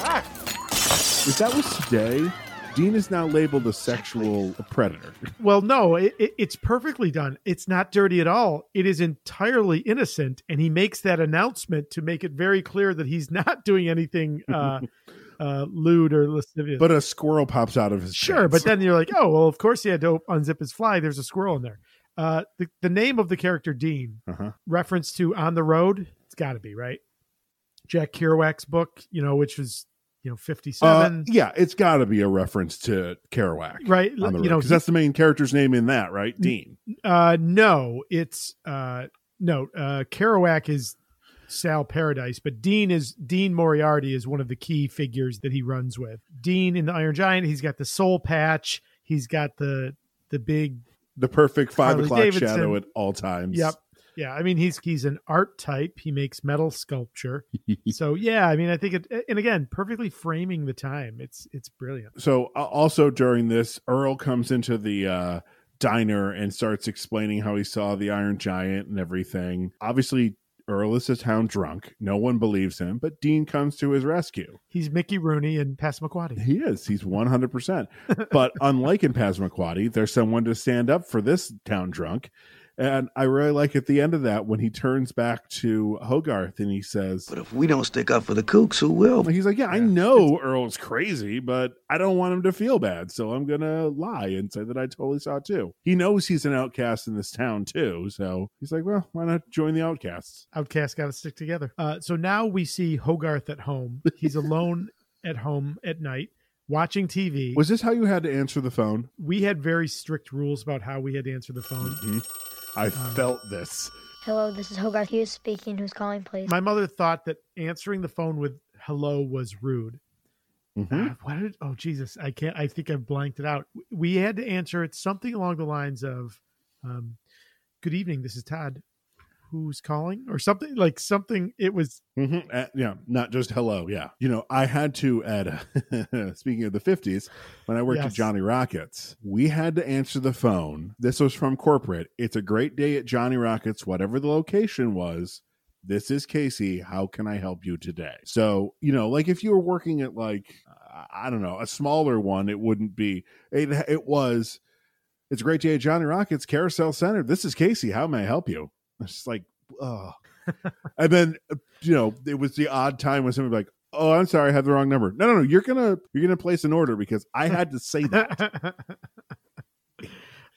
S1: If that was today, Dean is now labeled a sexual predator.
S3: Well, no, it, it, it's perfectly done. It's not dirty at all. It is entirely innocent, and he makes that announcement to make it very clear that he's not doing anything uh, uh, lewd or lascivious.
S1: But a squirrel pops out of his
S3: sure,
S1: pants.
S3: but then you're like, oh, well, of course he had to unzip his fly. There's a squirrel in there. Uh, the, the name of the character Dean,
S1: Uh-huh.
S3: reference to On the Road. It's got to be right. Jack Kerouac's book, you know, which was you know
S1: Uh,
S3: 57.
S1: yeah, it's got to be a reference to Kerouac,
S3: Right,
S1: On the
S3: you know,
S1: because
S3: he-
S1: that's the main character's name in that, right? Dean.
S3: Uh, no, it's uh, no. Uh, Kerouac is Sal Paradise, but Dean is Dean Moriarty is one of the key figures that he runs with. Dean in the Iron Giant, he's got the soul patch. He's got the the big.
S1: the perfect five
S3: Harley
S1: o'clock
S3: Davidson.
S1: shadow at all times.
S3: Yep. Yeah, I mean he's he's an art type. He makes metal sculpture. so yeah, I mean I think it and again perfectly framing the time. It's it's brilliant.
S1: So uh, also during this, Earl comes into the uh, diner and starts explaining how he saw the Iron Giant and everything. Obviously, Earl is a town drunk. No one believes him, but Dean comes to his rescue.
S3: He's Mickey Rooney and Passamaquoddy.
S1: He is. He's one hundred percent. But unlike in Pasmaquoddy, there's someone to stand up for this town drunk. And I really like at the end of that when he turns back to Hogarth and he says,
S9: But if we don't stick up for the kooks, who will?
S1: He's like, yeah, I know Earl's crazy, but I don't want him to feel bad. So I'm going to lie and say that I totally saw it too. He knows he's an outcast in this town too. So he's like, well, why not join the outcasts?
S3: Outcasts got to stick together. Uh, so now we see Hogarth at home. He's alone at home at night watching TV.
S1: Was this how you had to answer the phone?
S3: we had very strict rules about how we had to answer the phone.
S1: I felt this.
S8: Hello, this is Hogarth Hughes speaking. Who's calling, please?
S3: My mother thought that answering the phone with hello was rude.
S1: Mhm.
S3: Uh, what did, oh, Jesus. I can't, I think I've blanked it out. We had to answer it something along the lines of, um, good evening, this is Todd. Who's calling? Or something like something. It was,
S1: hmm yeah, not just hello. Yeah. You know, I had to, at speaking of the 50s, when I worked
S3: Yes.
S1: at Johnny Rockets, we had to answer the phone. This was from corporate. It's a great day at Johnny Rockets, whatever the location was. This is Casey. How can I help you today? So, you know, like if you were working at like, uh, I don't know, a smaller one, it wouldn't be, it, it was, it's a great day at Johnny Rockets, Carousel Center. This is Casey. How may I help you? It's just like, oh. and then uh, you know, it was the odd time when somebody like, "Oh, I'm sorry, I had the wrong number." No, no, no, you're gonna you're gonna place an order because I had to say that.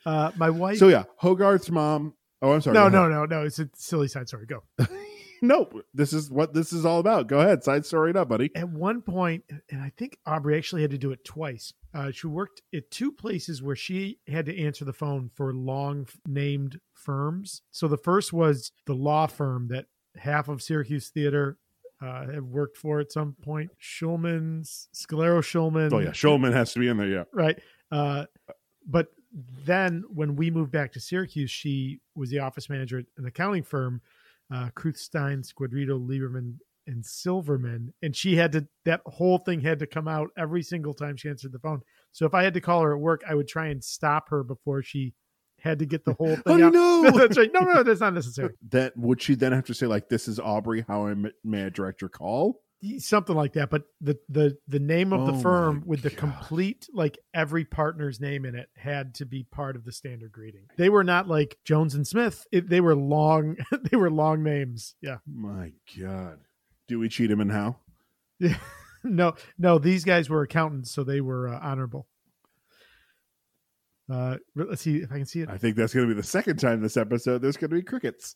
S3: uh, my wife.
S1: so yeah, Hogarth's mom. Oh, I'm sorry.
S3: no,
S1: go
S3: no,
S1: ahead.
S3: no, no. It's a silly side story. Go.
S1: no. This is what this is all about. Go ahead, side story it up, buddy.
S3: at one point, and I think Aubrey actually had to do it twice. Uh, she worked at two places where she had to answer the phone for long f- named firms. So the first was the law firm that half of Syracuse Theater uh, have worked for at some point. Schulman's, Scalero Schulman.
S1: Oh yeah, Shulman has to be in there. Yeah,
S3: Right. Uh, but then when we moved back to Syracuse, she was the office manager at an accounting firm, uh, Kruthstein, Squadrito, Lieberman, and Silverman. And she had to, that whole thing had to come out every single time she answered the phone. So if I had to call her at work, I would try and stop her before she had to get the whole thing
S1: Oh,
S3: out.
S1: no!
S3: that's right. No, no, that's not necessary.
S1: that would she then have to say like, "This is Aubrey. How I m- may I direct your call?"
S3: something like that but the the the name of
S1: Oh
S3: the
S1: my
S3: firm with the
S1: God.
S3: complete like every partner's name in it had to be part of the standard greeting they were not like jones and smith it, they were long they were long names yeah
S1: My God, do we cheat him and how?
S3: no no these guys were accountants so they were uh, honorable uh re- let's see if i can see it
S1: I think that's going to be the second time this episode. There's going to be crickets.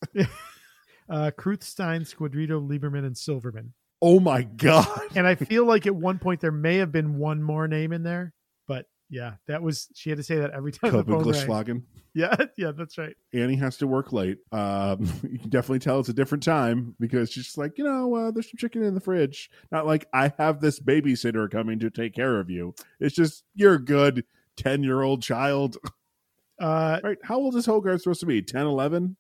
S3: uh kruthstein squadrito lieberman and silverman
S1: Oh my God.
S3: and i feel like at one point there may have been one more name in there but yeah that was she had to say that every time the phone rang.
S1: Kopenglischlagen.
S3: yeah yeah that's right
S1: Annie has to work late. Um, you can definitely tell it's a different time because she's just like, you know, uh, there's some chicken in the fridge. Not like I have this babysitter coming to take care of you. It's just you're a good 10 year old child.
S3: Uh,
S1: Right. How old is Hogarth supposed to be? 10, 11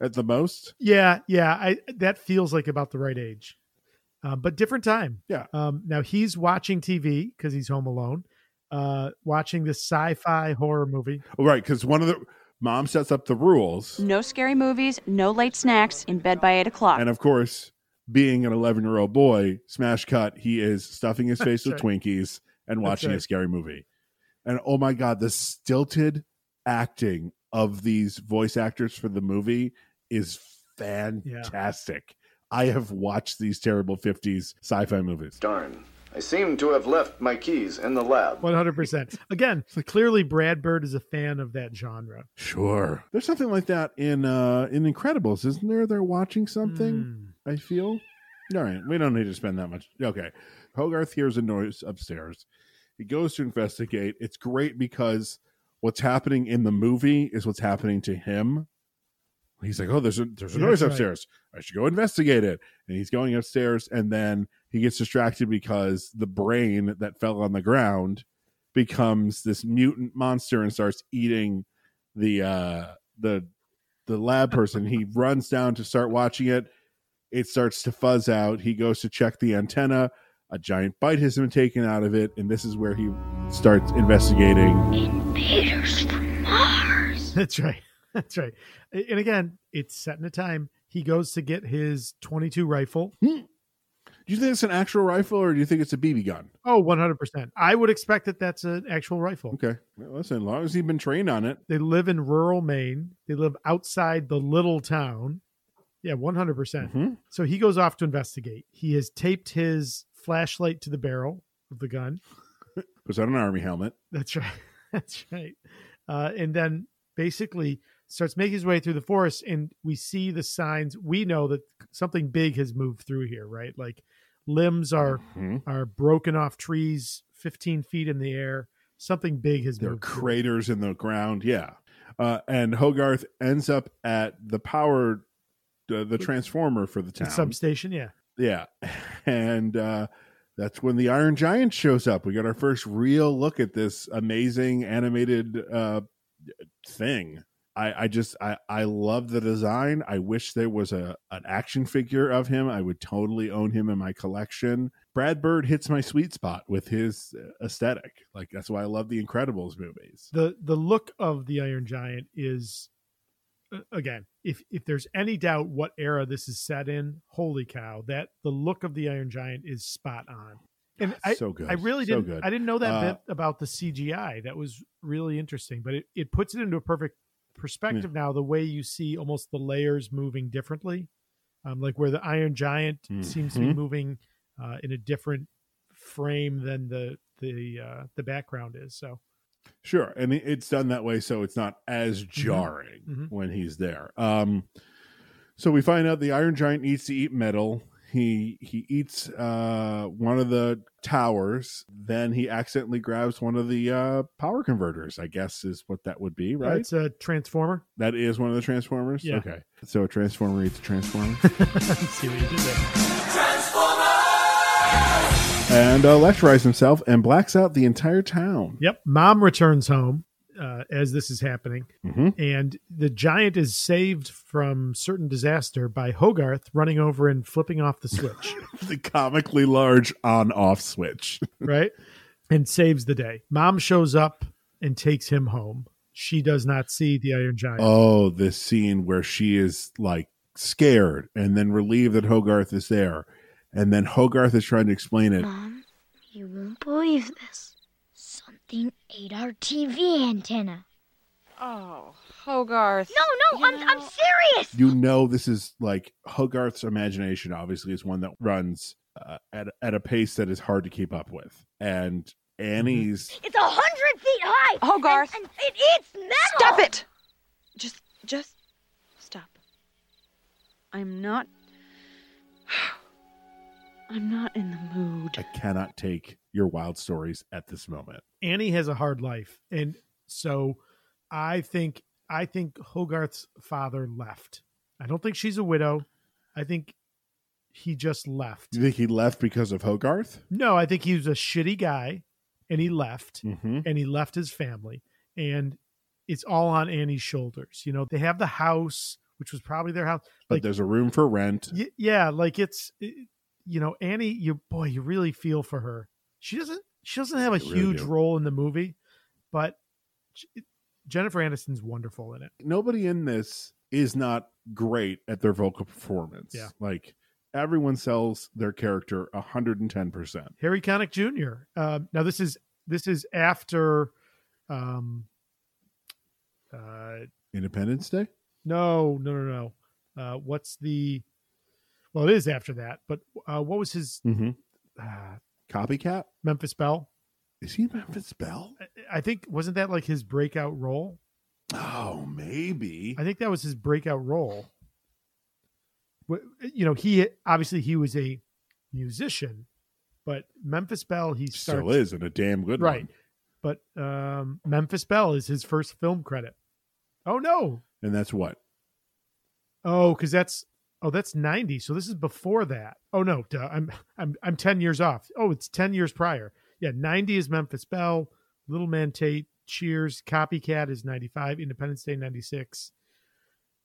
S1: at the most?
S3: yeah, yeah. I that feels like about the right age, uh, but different time.
S1: Yeah.
S3: Um, now he's watching TV because he's home alone, uh, watching this sci-fi horror movie.
S1: Oh, right. Because one of the mom sets up the rules.
S4: No scary movies, no late snacks, in bed by 8 o'clock.
S1: And of course, being an 11 year old boy, smash cut, he is stuffing his face with
S3: That's
S1: Twinkies and watching a
S3: right.
S1: scary movie. And oh my God, the stilted acting of these voice actors for the movie is fantastic. I have watched these terrible 50s sci fi movies.
S10: Darn. I seem to have left my keys in the lab.
S3: One hundred percent. Again, clearly Brad Bird is a fan of that genre.
S1: Sure. There's something like that in uh in Incredibles, isn't there? They're watching
S3: Hmm.
S1: something, I feel. All right, we don't need to spend that much. Okay. Hogarth hears a noise upstairs. He goes to investigate. It's great because what's happening in the movie is what's happening to him. He's like, "Oh, there's a there's a
S3: Yeah,
S1: noise
S3: that's right.
S1: upstairs. I should go investigate it." And he's going upstairs and then he gets distracted because the brain that fell on the ground becomes this mutant monster and starts eating the uh the the lab person he runs down to start watching it it starts to fuzz out he goes to check the antenna a giant bite has been taken out of it and this is where he starts investigating
S8: Invaders from Mars.
S3: That's right. That's right. Hmm. And again, it's set in a time. He goes to get his twenty-two rifle.
S1: Do you think it's an actual rifle or do you think it's a BB gun?
S3: Oh, 100%. I would expect that that's an actual rifle.
S1: Okay. Well, listen, as long as he's been trained on it,
S3: They live in rural Maine. They live outside the little town. Yeah, 100%. percent
S1: Mhm.
S3: So he goes off to investigate. He has taped his flashlight to the barrel of the gun.
S1: was that an army helmet?
S3: That's right. That's right. Uh, and then basically starts making his way through the forest, and we see the signs. We know that something big has moved through here, right? Like limbs are
S1: Mhm.
S3: are broken off trees, fifteen feet in the air. Something big has
S1: There are
S3: moved. through.
S1: craters in the ground. Yeah. Uh, and Hogarth ends up at the power, uh, the transformer for the
S3: The
S1: town.
S3: substation, yeah.
S1: yeah. And uh, that's when the Iron Giant shows up. We got our first real look at this amazing animated uh, thing. I, I just I, I love the design. I wish there was a an action figure of him. I would totally own him in my collection. Brad Bird hits my sweet spot with his uh, aesthetic. Like that's why I love the Incredibles movies.
S3: the The look of the Iron Giant is, uh, again, if if there's any doubt what era this is set in, holy cow! That the look of the Iron Giant is spot on. And I,
S1: Ah, so good.
S3: I really
S1: So
S3: didn't.
S1: good.
S3: I didn't know that
S1: Uh,
S3: bit about the CGI. That was really interesting, but it, it puts it into a perfect perspective now. The way you see almost the layers moving differently, um, like where the Iron Giant seems to be
S1: Mhm.
S3: moving uh, in a different frame than the the uh, the background is. So
S1: Sure, and it- it's done that way, so it's not as jarring
S3: Mhm.
S1: when he's there. Um, so we find out the Iron Giant needs to eat metal. He he eats uh, one of the towers. Then he accidentally grabs one of the uh, power converters. I guess is what that would be, right?
S3: it's a transformer.
S1: That is one of the transformers.
S3: Yeah.
S1: Okay, so a transformer eats a transformer,
S3: Let's see what you did there.
S1: and uh, electrifies himself and blacks out the entire town.
S3: Yep. Mom returns home uh, as this is happening,
S1: Mhm.
S3: and the giant is saved from certain disaster by Hogarth running over and flipping off the switch.
S1: The comically large on-off switch.
S3: right? And saves the day. Mom shows up and takes him home. She does not see the Iron Giant.
S1: oh this scene where she is like scared and then relieved that hogarth is there and then hogarth is trying to explain it
S8: Mom, you won't believe this. Something ate our TV antenna.
S4: Oh, Hogarth.
S8: No, no, I'm, I'm serious.
S1: you know this is like hogarth's imagination obviously is one that runs uh, at, at a pace that is hard to keep up with and annie's
S8: It's a hundred feet high.
S4: Oh, Hogarth.
S8: And, and it eats metal.
S4: Stop it! Just, just stop. I'm not. I'm not in the
S1: i
S4: mood.
S1: cannot take your wild stories at this moment
S3: Annie has a hard life, and so I think I think Hogarth's father left. I don't think she's a widow. I think he just left.
S1: you think he left because of hogarth
S3: No, I think he was a shitty guy, and he left,
S1: mm-hmm.
S3: and he left his family, and it's all on Annie's shoulders. You know, they have the house, which was probably their house.
S1: but
S3: Like,
S1: there's a room for rent
S3: Y- yeah like it's it- you know annie you boy you really feel for her she doesn't she doesn't have a
S1: really
S3: huge
S1: do.
S3: role in the movie but she, jennifer aniston's wonderful in it
S1: nobody in this is not great at their vocal performance.
S3: Yeah.
S1: Like everyone sells their character 110%.
S3: harry connick jr um, now this is this is after um uh
S1: Independence Day?
S3: no no no no uh what's the well it is after that but uh what was his
S1: Mm-hmm.
S3: uh,
S1: Copycat?
S3: memphis bell
S1: Is he Memphis Bell?
S3: I, I think wasn't that like his breakout role
S1: Oh, maybe.
S3: I think that was his breakout role. Wh- You know, he obviously he was a musician, but Memphis Bell he starts
S1: Still is, and a damn good
S3: right,
S1: one.
S3: but um, Memphis Bell is his first film credit. Oh no!
S1: And that's what?
S3: Oh, because that's oh that's ninety. So this is before that. Oh no, duh, I'm I'm I'm ten years off. Oh, it's ten years prior. Yeah, ninety is Memphis Bell, Little Man Tate, Cheers, Copycat is ninety five, Independence Day ninety six,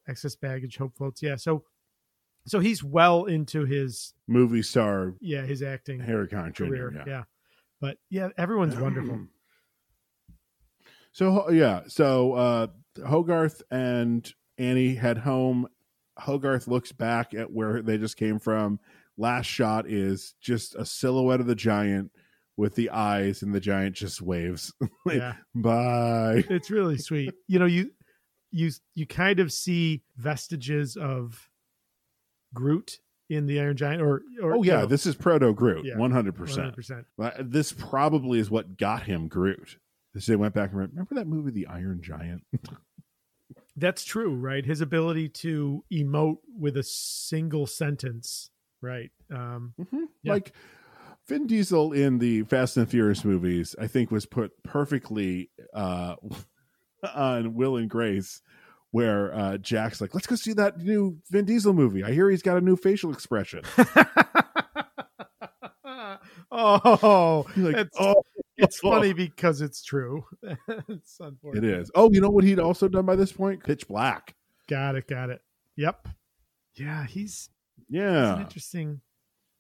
S3: Excess Baggage, Hope Floats. Yeah, so so he's well into his
S1: Movie star
S3: yeah his acting
S1: Harry Connick Jr.
S3: career.
S1: yeah.
S3: Yeah. but yeah, everyone's wonderful.
S1: So yeah, so uh Hogarth and Annie head home Hogarth looks back at where they just came from. Last shot is just a silhouette of the giant with the eyes, and the giant just waves. Like,
S3: Yeah.
S1: Bye.
S3: it's really sweet. You know, you you you kind of see vestiges of Groot in the Iron Giant, or, or
S1: Oh
S3: you
S1: yeah,
S3: know,
S1: this is proto Groot,
S3: Yeah.
S1: one hundred percent.
S3: 100%.
S1: This probably is what got him Groot. So they went back and went, remember that movie, The Iron Giant.
S3: That's true, right? His ability to emote with a single sentence, right? Um, Yeah.
S1: Mm-hmm. Like Vin Diesel in the Fast and Furious movies, I think was put perfectly uh, on Will and Grace, where uh, Jack's like, "Let's go see that new Vin Diesel movie. I hear he's got a new facial expression."
S3: oh,
S1: You're like,
S3: it's,
S1: "Oh,
S3: it's
S1: oh."
S3: funny because it's true. it's unfortunate.
S1: It is. Oh, you know what he'd also done by this point? Pitch Black.
S3: Got it. Got it. Yep. Yeah, he's, he's an
S1: Yeah.
S3: interesting.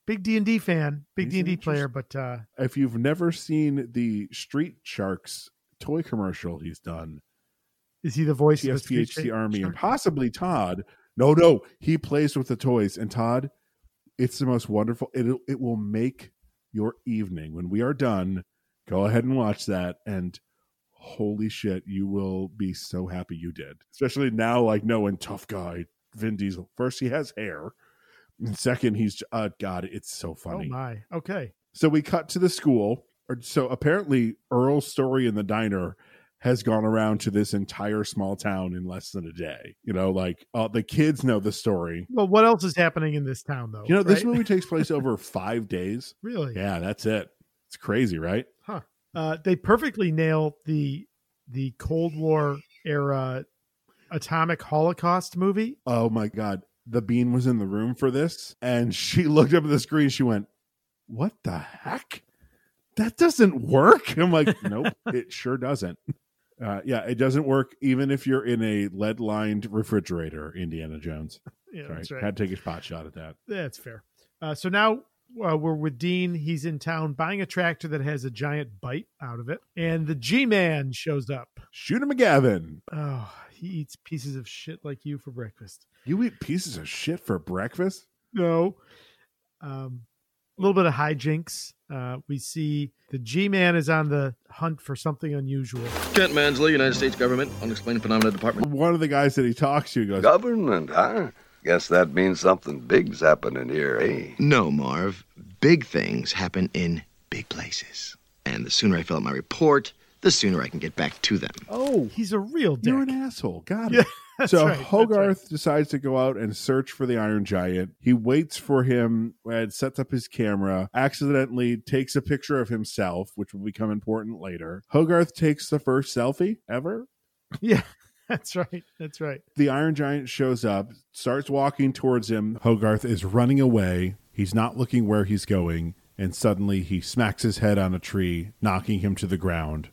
S3: Big D and D fan, big D
S1: He's an
S3: and D player, but uh,
S1: if you've never seen the Street Sharks toy commercial he's done,
S3: is he the voice of the Street
S1: TSPHC
S3: Shark?
S1: Army, and possibly Todd. No, no, he plays with the toys, and Todd, it's the most wonderful. It it will make your evening when we are done. Go ahead and watch that, and holy shit, you will be so happy you did. Especially now, like knowing tough guy Vin Diesel. First, he has hair. And second, he's uh, God. It's so
S3: Oh
S1: funny.
S3: my. Okay.
S1: So we cut to the school. Or- So apparently, Earl's story in the diner has gone around to this entire small town in less than a day. You know, like uh, the kids know the story.
S3: Well, what else is happening in this town, though?
S1: You know, this
S3: right?
S1: movie takes place over five days.
S3: really.
S1: Yeah, that's it. It's crazy, right?
S3: Uh, they perfectly nail the the Cold War era atomic holocaust movie.
S1: Oh my God. The bean was in the room for this, and she looked up at the screen. She went, What the heck? That doesn't work. I'm like, Nope, it sure doesn't. Uh, yeah, it doesn't work even if you're in a lead lined refrigerator, Indiana Jones.
S3: Yeah,
S1: Sorry,
S3: that's right.
S1: had to take a pot shot at that.
S3: That's fair. Uh, so now uh, we're with Dean. He's in town buying a tractor that has a giant bite out of it, and the G Man shows up.
S1: Shoot him, McGavin.
S3: Oh, he eats pieces of shit like you for breakfast.
S1: You eat pieces of shit for breakfast?
S3: No. Um, a little bit of hijinks. Uh, we see the G Man is on the hunt for something unusual.
S9: Kent Mansley, United States Government, Unexplained Phenomena Department.
S1: One of the guys that he talks to goes,
S9: Government, huh? Guess that means something big's happening here, eh?
S5: No, Marv. Big things happen in big places. And the sooner I fill out my report, the sooner I can get back to them.
S1: Oh,
S3: He's a real dick.
S1: You're an asshole. Got
S3: Yeah,
S1: it.
S3: that's
S1: so
S3: right, that's
S1: Hogarth decides to go out and search for the Iron Giant. He waits for him and sets up his camera, accidentally takes a picture of himself, which will become important later. Hogarth takes the first selfie ever.
S3: Yeah, that's right. That's right.
S1: The Iron Giant shows up, starts walking towards him. Hogarth is running away. He's not looking where he's going. And suddenly he smacks his head on a tree, knocking him to the ground.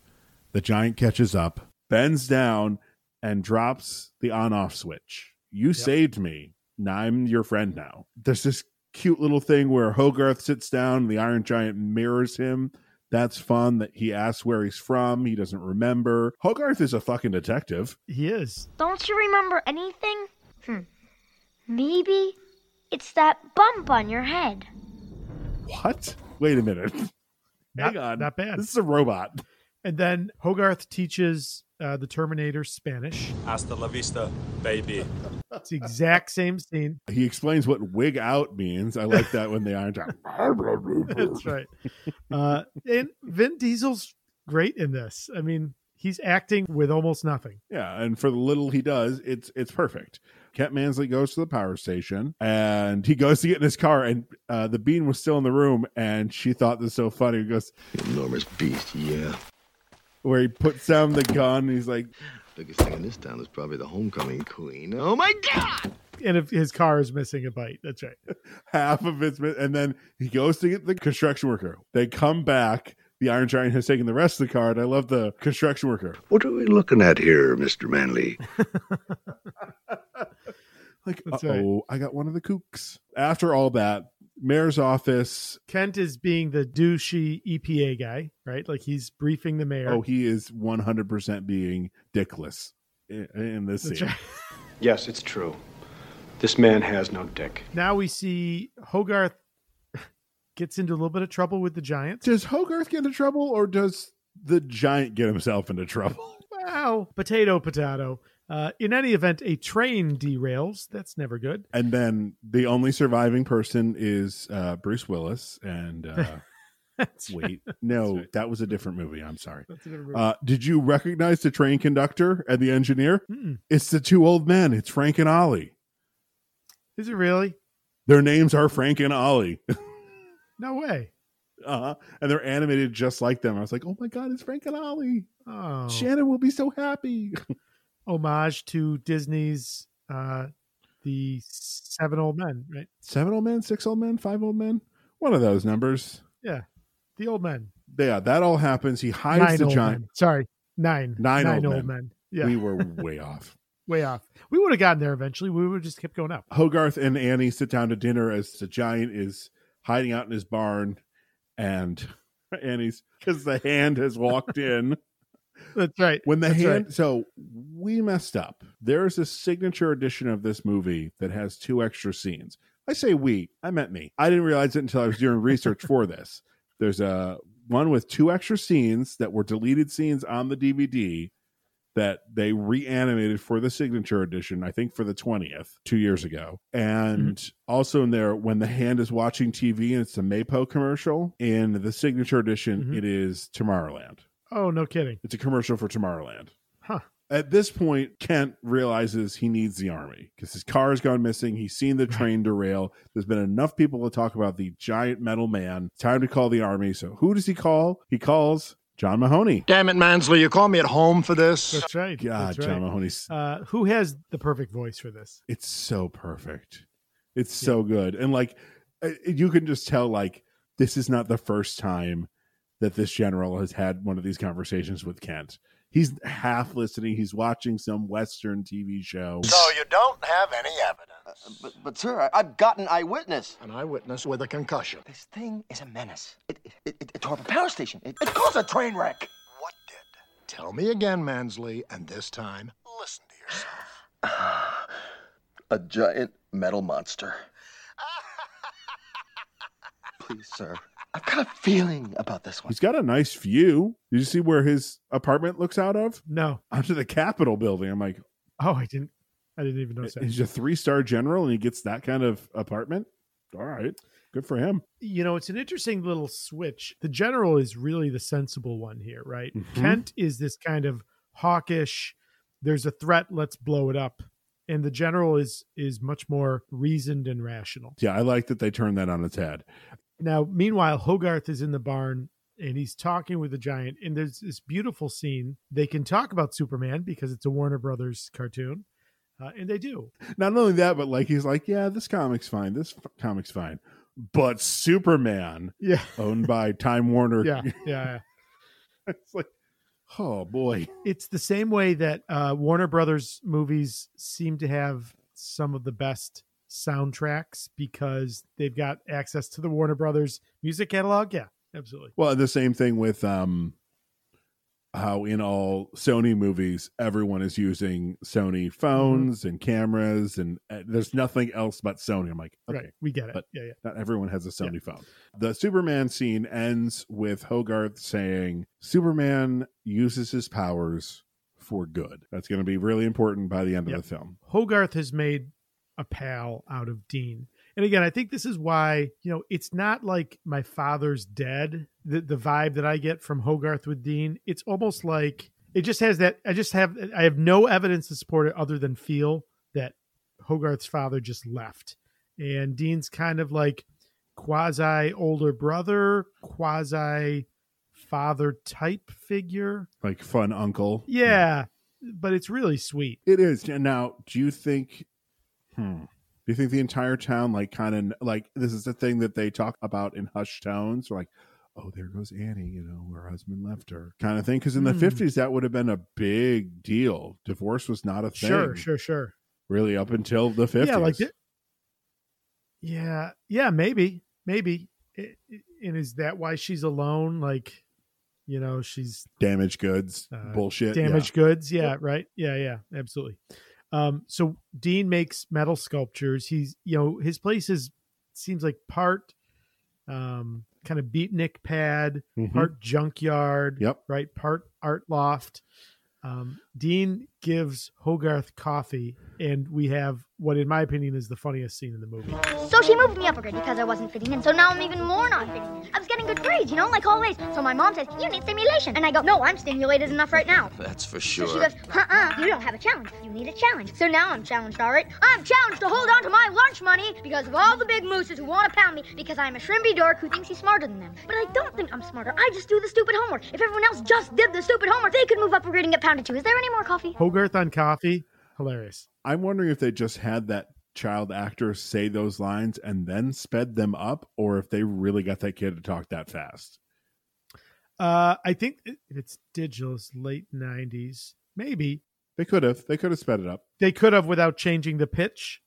S1: The giant catches up, bends down, and drops the on off switch. You saved me. Now I'm your friend now. There's this cute little thing where Hogarth sits down, the Iron Giant mirrors him. That's fun that he asks where he's from. He doesn't remember. Hogarth is a fucking detective.
S3: He is.
S8: Don't you remember anything? Hmm. Maybe it's that bump on your head.
S1: What? Wait a minute.
S3: Not,
S1: Hang on.
S3: Not bad.
S1: This is a robot.
S3: And then Hogarth teaches uh, the Terminator Spanish.
S6: Hasta la vista, baby.
S3: It's the exact same scene.
S1: He explains what wig out means. I like that when they iron out.
S3: That's right. Uh, and Vin Diesel's great in this. I mean, he's acting with almost nothing.
S1: Yeah, and for the little he does, it's it's perfect. Kent Mansley goes to the power station and he goes to get in his car and uh, the bean was still in the room and she thought this was so funny. He goes
S9: Enormous beast, yeah.
S1: where he puts down the gun and he's like,
S9: Biggest thing in this town is probably the homecoming queen. Oh my god!
S3: And if his car is missing a bite, that's right.
S1: half of it's been- and then he goes to get the construction worker. They come back. The Iron Giant has taken the rest of the car, and I love the construction worker.
S9: What are we looking at here, Mr. Manley?
S1: Like,
S3: That's
S1: oh, I got one of the kooks. After all that, mayor's office.
S3: Kent is being the douchey EPA guy, right? Like he's briefing the mayor.
S1: Oh, he is one hundred percent being dickless in, in this
S3: That's
S1: scene.
S3: right.
S5: Yes, it's true.
S11: This man has no dick.
S3: Now we see Hogarth gets into a little bit of trouble with the Giants.
S1: Does Hogarth get into trouble or does the Giant get himself into trouble?
S3: Wow, potato, potato. Uh, in any event, a train derails. That's never good.
S1: And then the only surviving person is uh, Bruce Willis. And uh, wait, no, that was a different movie. I'm sorry.
S3: That's a different movie.
S1: Uh, did you recognize the train conductor and the engineer? It's the two old men. It's Frank and Ollie.
S3: Is it really?
S1: Their names are Frank and Ollie.
S3: No way.
S1: uh-huh. And they're animated just like them. I was like, oh my God, it's Frank and Ollie.
S3: Oh.
S1: Shannon will be so happy.
S3: Homage to Disney's uh, The Seven Old Men, right?
S1: Seven old men, six old men, five old men. One of those numbers.
S3: Yeah. The Old Men.
S1: Yeah, that all happens. He hides
S3: Nine
S1: the
S3: old
S1: giant.
S3: men. Sorry. Nine.
S1: Nine, old, men.
S3: Yeah.
S1: We were way off.
S3: way off. We would have gotten there eventually. We would have just kept going up.
S1: Hogarth and Annie sit down to dinner as the giant is hiding out in his barn, and Annie's because the hand has walked in.
S3: That's right.
S1: When the
S3: That's
S1: hand,
S3: right.
S1: so we messed up. There is a signature edition of this movie that has two extra scenes. I say we, I meant me. I didn't realize it until I was doing research for this. There's a one with two extra scenes that were deleted scenes on the DVD that they reanimated for the signature edition, I think for the 20th, two years ago. And
S3: Mm-hmm.
S1: also in there, when the hand is watching TV and it's a Mapo commercial, in the signature edition,
S3: Mhm.
S1: it is Tomorrowland.
S3: Oh, no kidding.
S1: It's a commercial for Tomorrowland.
S3: Huh.
S1: At this point, Kent realizes he needs the army because his car has gone missing. He's seen the train derail. There's been enough people to talk about the giant metal man. Time to call the army. So who does he call? He calls John Mahoney.
S12: Damn it, Mansley, you call me at home for this?
S3: That's right.
S1: God,
S3: That's right.
S1: John Mahoney's
S3: Uh, who has the perfect voice for this?
S1: it's so perfect. It's so good. And like uh, you can just tell like this is not the first time that this general has had one of these conversations with Kent. He's half listening. He's watching some western TV show.
S12: you don't have any evidence.
S5: But, but sir, I, I've got an eyewitness.
S12: An eyewitness with a concussion.
S5: This thing is a menace. It, it, it, it tore up a power station. It, it caused a train wreck.
S12: Tell me again, Mansley, and this time, listen to yourself.
S5: A giant metal monster. Please, sir. I've got a feeling about this one.
S1: He's got a nice view. Did you see where his apartment looks out of?
S3: No.
S1: Onto the Capitol building. I'm like,
S3: Oh, I didn't. I didn't even notice that.
S1: he's a three star general and he gets that kind of apartment. All right. Good for him.
S3: you know, it's an interesting little switch. The general is really the sensible one here, right?
S1: Mhm.
S3: Kent is this kind of hawkish, there's a threat, let's blow it up. And the general is is much more reasoned and rational.
S1: Yeah, I like that they turned that on its head.
S3: Now, meanwhile, Hogarth is in the barn and he's talking with the giant. And there's this beautiful scene. They can talk about Superman because it's a Warner Brothers cartoon, uh, and they do.
S1: Not only that, but like he's like, yeah, this comic's fine. This f- comic's fine. But Superman,
S3: Yeah,
S1: owned by Time Warner.
S3: yeah, yeah.
S1: it's like, oh boy.
S3: it's the same way that uh, Warner Brothers movies seem to have some of the best soundtracks because they've got access to the Warner Brothers music catalog. Yeah, absolutely.
S1: Well, the same thing with um how in all Sony movies everyone is using
S3: Mm-hmm.
S1: Sony phones and cameras and uh, there's nothing else but Sony. I'm like, okay,
S3: Right, we get it.
S1: but-
S3: yeah, yeah.
S1: not everyone has a Sony phone. The Superman scene ends with Hogarth saying Superman uses his powers for good. That's going to be really important by the end
S3: Yep.
S1: of the film.
S3: Hogarth has made a pal out of Dean. And again, I think this is why, you know, it's not like my father's dead, the, the vibe that I get from Hogarth with Dean. It's almost like it just has that. I just have, I have no evidence to support it other than feel that Hogarth's father just left. And Dean's kind of like quasi older brother, quasi father type figure.
S1: Like fun uncle.
S3: Yeah. But it's really sweet.
S1: It is. And Now, do you think hmm do you think the entire town like kind of like this is the thing that they talk about in hushed tones or like oh there goes Annie, you know, her husband left her kind of thing because in the
S3: Hmm.
S1: 50s that would have been a big deal. Divorce was not a thing.
S3: Sure, sure, sure.
S1: Really up until the 50s.
S3: Yeah, like it. Yeah, yeah, maybe, maybe. I- I- and is that why she's alone? Like, you know, she's
S1: damaged goods
S3: uh,
S1: bullshit.
S3: damaged goods. Yeah, right. Yeah, yeah, absolutely. Um, so Dean makes metal sculptures. He's you know his place is seems like part um, kind of beatnik pad,
S1: Mhm.
S3: part junkyard,
S1: Yep.
S3: right, part art loft. Um, Dean gives Hogarth coffee, and we have what, in my opinion, is the funniest scene in the movie.
S8: So she moved me up a grade because I wasn't fitting in. So now I'm even more not fitting in. I was getting good grades, you know, like always. So my mom says, You need stimulation. And I go, No, I'm stimulated enough right now.
S5: That's for
S8: So she goes, Huh uh, you don't have a challenge. You need a challenge. So now I'm challenged, all right? I'm challenged to hold on to my lunch money because of all the big mooses who want to pound me because I'm a shrimpy dork who thinks he's smarter than them. But I don't think I'm smarter. I just do the stupid homework. If everyone else just did the stupid homework, they could move up a grade and get pounded too. Is there any more coffee?
S3: Hogarth on coffee, hilarious.
S1: I'm wondering if they just had that child actor say those lines and then sped them up, or if they really got that kid to talk that fast.
S3: Uh, I think it- it's digital, it's late '90s, maybe.
S1: They could have. They could have sped it up.
S3: They could have without changing the pitch,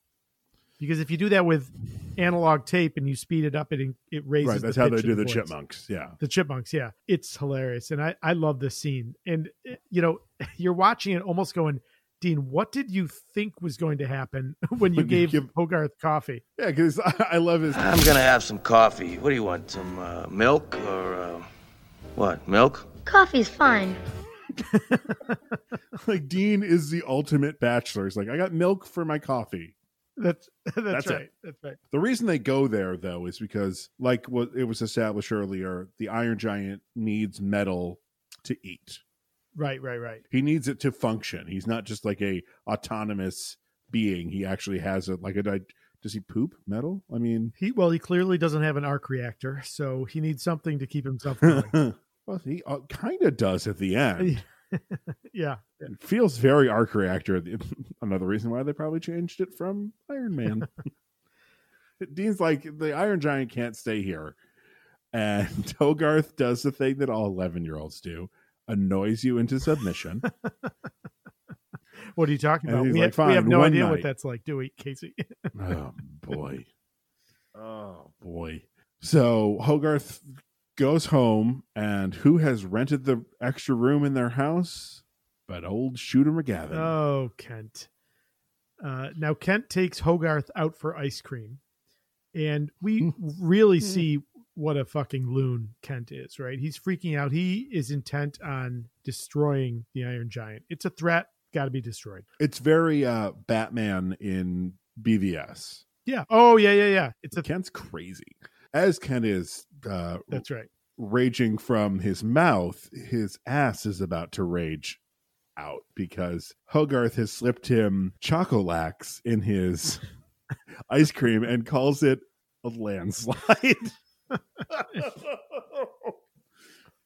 S3: because if you do that with analog tape and you speed it up, it in- it raises.
S1: Right. That's
S3: the
S1: how
S3: pitch
S1: they
S3: of
S1: do the
S3: voice.
S1: chipmunks. Yeah.
S3: The chipmunks, yeah, it's hilarious, and I I love this scene. And eh, you know, you're watching it, almost going, Dean, what did you think was going to happen when you
S1: When you
S3: gave
S1: give-
S3: Hogarth coffee?
S1: Yeah, because I love his.
S11: I'm gonna have some coffee. What do you want? Some uh, milk or uh, what? Milk?
S8: Coffee's fine.
S1: like Dean is the ultimate bachelor. He's like, I got milk for my coffee.
S3: That's that's,
S1: That's it.
S3: right. That's right.
S1: The reason they go there though is because, like what it was established earlier, the Iron Giant needs metal to eat.
S3: Right. Right. Right.
S1: He needs it to function. He's not just like a autonomous being. He actually has a like a. di- Does he poop metal? I mean,
S3: He well, he clearly doesn't have an arc reactor, so he needs something to keep himself going.
S1: well, he uh, kind of does at the end.
S3: yeah.
S1: It feels very arc reactor. Another reason why they probably changed it from Iron Man. Dean's like the Iron Giant can't stay here, and Togarth does the thing that all eleven year olds do: annoys you into submission.
S3: What are you talking
S1: And
S3: about?
S1: he's
S3: We,
S1: like,
S3: have, we have
S1: "Fine,
S3: no
S1: one
S3: idea
S1: night."
S3: what that's like, do we, Casey?
S1: oh boy, oh boy. So Hogarth goes home, and who has rented the extra room in their house? But old Shooter McGavin.
S3: oh, Kent. Uh, now Kent takes Hogarth out for ice cream, and we really see what a fucking loon Kent is. Right? He's freaking out. He is intent on destroying the Iron Giant. It's a threat. Got to be destroyed.
S1: It's very uh Batman in BVS.
S3: Yeah. Oh yeah yeah yeah. It's a
S1: Kent's crazy. As Kent is uh
S3: that's right.
S1: raging from his mouth, his ass is about to rage out because Hogarth has slipped him chocolax in his ice cream and calls it a landslide. I'm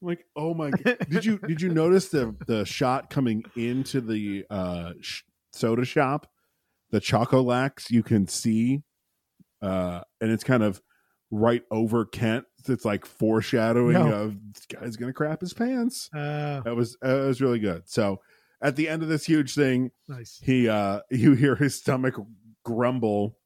S1: like, oh my! g- Did you did you notice the the shot coming into the uh, sh- soda shop? The Chocolax you can see, uh, and it's kind of right over Kent. It's like foreshadowing
S3: No.
S1: of this guy's gonna crap his pants.
S3: Uh,
S1: That was that was really good. So at the end of this huge thing,
S3: nice.
S1: he uh you hear his stomach grumble.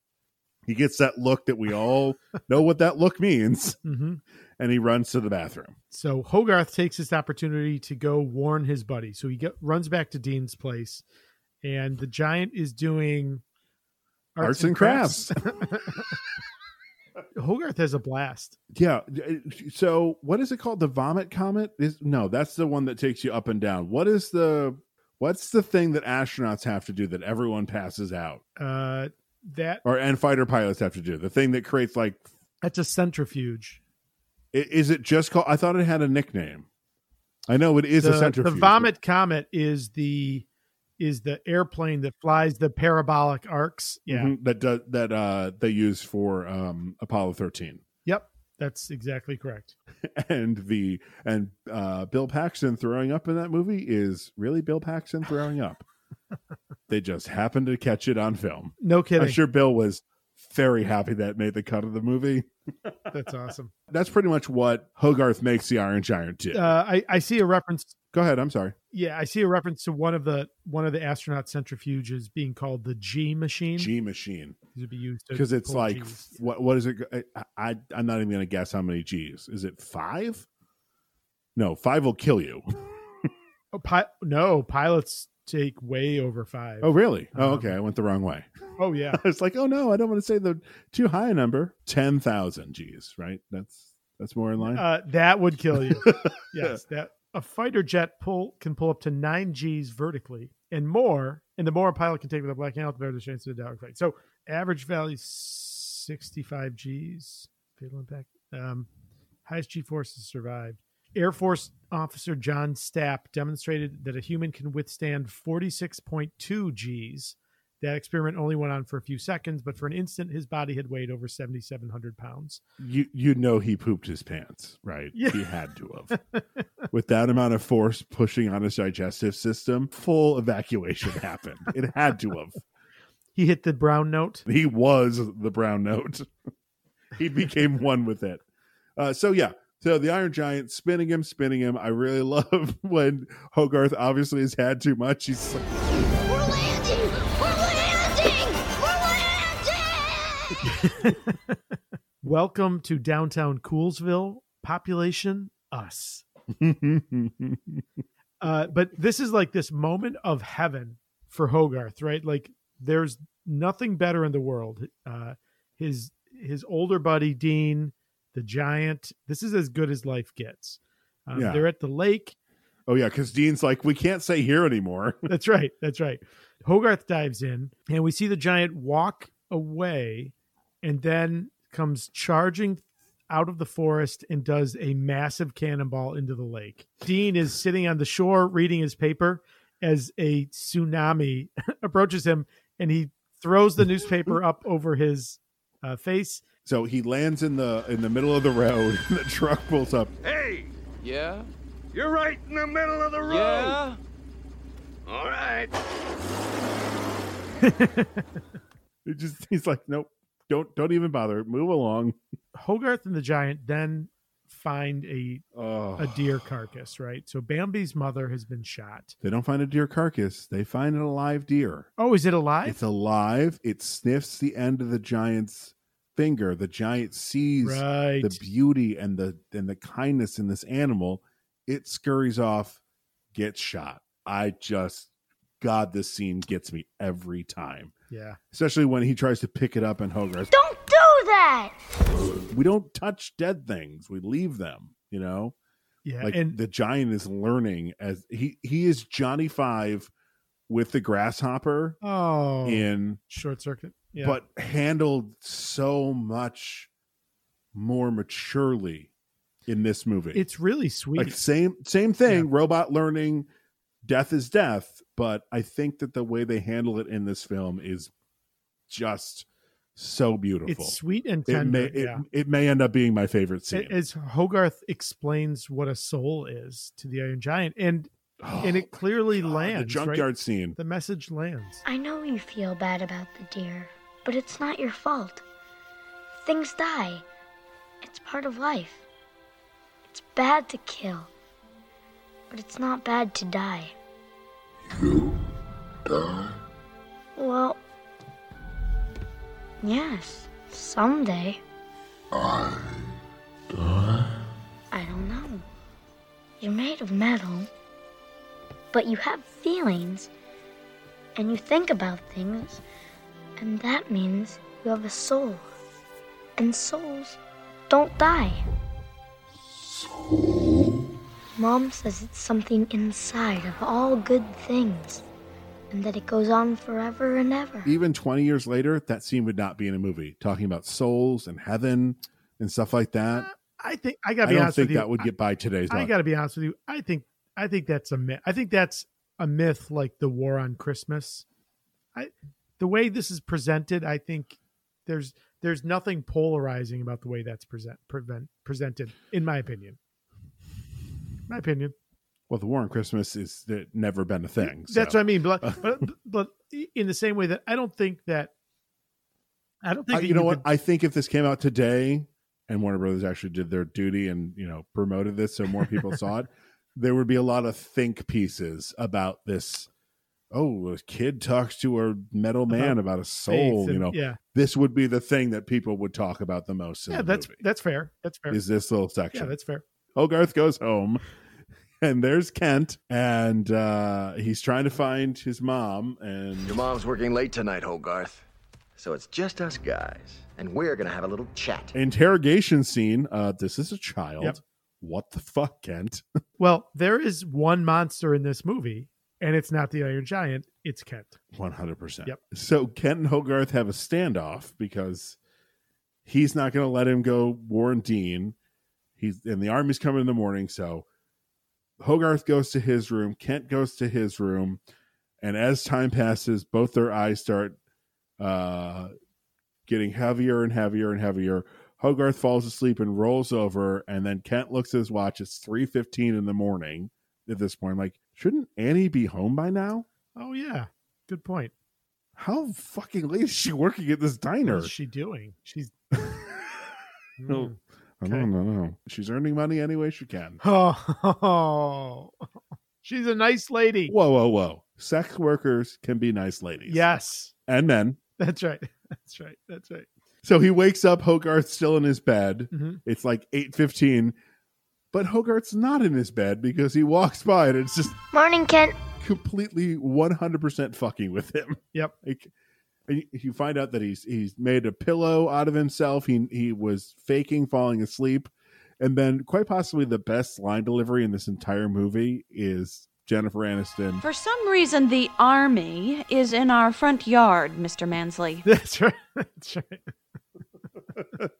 S1: He gets that look that we all know what that look means,
S3: hmm
S1: and he runs to the bathroom.
S3: So Hogarth takes this opportunity to go warn his buddy. So he get, runs back to Dean's place, and the giant is doing
S1: Arts and crafts.
S3: Hogarth has a blast.
S1: Yeah. uh, So what is it called? The vomit comet? Is no, that's the one that takes you up and down. What is the what's the thing that astronauts have to do that everyone passes out?
S3: Uh, that
S1: Or and fighter pilots have to do? The thing that creates like
S3: that's a centrifuge.
S1: i- is it just called I thought it had a nickname. I know it is
S3: the,
S1: a centrifuge.
S3: The
S1: but-
S3: vomit comet is the is the airplane that flies the parabolic arcs. Yeah.
S1: Mhm, that does that uh they use for um Apollo 13.
S3: Yep. That's exactly correct.
S1: And the and uh Bill Paxton throwing up in that movie is really Bill Paxton throwing up. they just happened to catch it on film.
S3: No kidding.
S1: I'm sure Bill was very happy that made the cut of the movie.
S3: That's awesome.
S1: That's pretty much what Hogarth makes the Iron Giant do.
S3: Uh, I I see a reference
S1: Go ahead. I'm sorry.
S3: Yeah, I see a reference to one of the one of the astronaut centrifuges being called the G machine.
S1: G machine
S3: It would be used to
S1: because it's
S3: pull
S1: like
S3: Gs.
S1: what what is it? I, I I'm not even gonna guess how many G's. Is it five? No, five will kill you.
S3: oh, pi- no pilots take way over five.
S1: Oh, really?
S3: Uh-huh.
S1: Oh, okay. I went the wrong way.
S3: Oh yeah.
S1: it's like, oh no, I don't want to say the too high a number. Ten thousand. Geez, right? That's that's more in line.
S3: Uh, that would kill you. yes, that a fighter jet pull can pull up to nine G's vertically and more, and the more a pilot can take with a black handle, the better the chance of the downward flight. So average value sixty-five G's fatal impact. Um, highest G forces survived. Air Force officer John Stapp demonstrated that a human can withstand 46.2 G's. That experiment only went on for a few seconds, but for an instant, his body had weighed over 7,700 pounds.
S1: you you know he pooped his pants, right?
S3: Yeah.
S1: He had to have. With that amount of force pushing on his digestive system, full evacuation happened. It had to have.
S3: He hit the brown note.
S1: He was the brown note. he became one with it. Uh, so yeah. So the Iron Giant spinning him, spinning him. I really love when Hogarth obviously has had too much. He's just like,
S3: Welcome to downtown Coolsville, population us. Uh, but this is like this moment of heaven for Hogarth, right? Like there's nothing better in the world. Uh, his his older buddy Dean, the giant. This is as good as life gets. Um,
S1: Yeah.
S3: They're at the lake.
S1: oh yeah, because Dean's like, we can't say here anymore.
S3: That's right. That's right. Hogarth dives in, and we see the giant walk away, and then comes charging out of the forest and does a massive cannonball into the lake. Dean is sitting on the shore reading his paper as a tsunami approaches him, and he throws the newspaper up over his uh, face.
S1: So he lands in the in the middle of the road. And the truck pulls up.
S6: Hey!
S11: Yeah?
S6: You're right in the middle of the road!
S11: Yeah?
S6: All right.
S1: It just he's like, nope, don't don't even bother. Move along.
S3: Hogarth and the giant then find a
S1: Oh.
S3: a deer carcass, right? So Bambi's mother has been shot.
S1: They don't find a deer carcass. They find an alive deer.
S3: Oh, is it alive?
S1: It's alive. It sniffs the end of the giant's finger. The giant sees
S3: Right.
S1: the beauty and the and the kindness in this animal. It scurries off, gets shot. I just God, this scene gets me every time.
S3: Yeah.
S1: Especially when he tries to pick it up and Hogarth.
S8: Don't do that!
S1: We don't touch dead things. We leave them, you know?
S3: Yeah,
S1: like
S3: and-
S1: the giant is learning as he he is Johnny Five with the grasshopper
S3: Oh,
S1: in
S3: short circuit. Yeah.
S1: but handled so much more maturely in this movie.
S3: it's really sweet.
S1: like same same thing, robot learning, death is death, but I think that the way they handle it in this film is just so beautiful.
S3: It's sweet and
S1: It may
S3: tender.
S1: it,
S3: yeah.
S1: it may end up being my favorite scene.
S3: As Hogarth explains what a soul is to the Iron Giant, and and it clearly lands.
S1: Oh the
S3: right?
S1: junkyard scene.
S3: The message lands.
S8: I know you feel bad about the deer, but it's not your fault. Things die. It's part of life. It's bad to kill, but it's not bad to die. You die? Well, yes, someday. I die? I don't know. You're made of metal, but you have feelings and you think about things, and that means you have a soul. And souls don't die. Soul? Mom says it's something inside of all good things, and that it goes on forever and ever.
S1: even 20 years later, that scene would not be in a movie talking about souls and heaven and stuff like that.
S3: I think I
S1: I
S3: gotta Uh, be
S1: don't
S3: honest
S1: think
S3: with you.
S1: that would get by today's.
S3: I, I gotta be honest with you. I think I think that's a myth. I think that's a myth, like the war on Christmas. I the way this is presented, I think there's there's nothing polarizing about the way that's present prevent, presented, in my opinion. My opinion.
S1: well, the war on Christmas is that never been a thing. so.
S3: That's what I mean. But, but but in the same way that I don't think that I don't think
S1: I-
S3: that
S1: you know what?
S3: could-
S1: I think if this came out today and Warner Brothers actually did their duty and you know promoted this so more people saw it, there would be a lot of think pieces about this. Oh, a kid talks to a metal man about, a soul.
S3: faith
S1: you
S3: Uh-huh. and-
S1: know,
S3: yeah.
S1: this would be the thing that people would talk about the most. In
S3: yeah,
S1: the
S3: that's
S1: movie,
S3: that's fair. That's fair.
S1: is this little section.
S3: yeah, that's fair.
S1: Hogarth goes home and there's Kent, and uh, he's trying to find his mom. And
S5: your mom's working late tonight, Hogarth. So it's just us guys, and we're gonna have a little chat.
S1: interrogation scene. Uh, this is a child.
S3: Yep.
S1: What the fuck, Kent?
S3: Well, there is one monster in this movie, and it's not the Iron Giant, it's Kent.
S1: One hundred percent.
S3: Yep.
S1: So Kent and Hogarth have a standoff because he's not going to let him go. Warren Dean. He's and the army's coming in the morning. So Hogarth goes to his room. Kent goes to his room, and as time passes, both their eyes start uh, getting heavier and heavier and heavier. Hogarth falls asleep and rolls over, and then Kent looks at his watch. It's three fifteen in the morning. At this point, I'm like, shouldn't Annie be home by now?
S3: Oh, yeah. Good point.
S1: How fucking late is she working at this diner?
S3: What is she doing? She's. Hmm. Mm.
S1: No. I don't know. She's earning money any way she can.
S3: Oh, she's a nice lady.
S1: Whoa, whoa, whoa. Sex workers can be nice ladies.
S3: Yes.
S1: And men.
S3: That's right. That's right. That's right.
S1: So he wakes up, Hogarth's still in his bed.
S3: Mhm.
S1: It's like 8.15, but Hogarth's not in his bed because he walks by and it's just
S8: Morning, Kent.
S1: completely 100% fucking with him.
S3: Yep.
S1: Like, and you- you find out that he's he's made a pillow out of himself. He he was faking falling asleep, and then quite possibly the best line delivery in this entire movie is Jennifer Aniston.
S7: For some reason, the army is in our front yard, Mr. Mansley.
S3: That's right. That's right.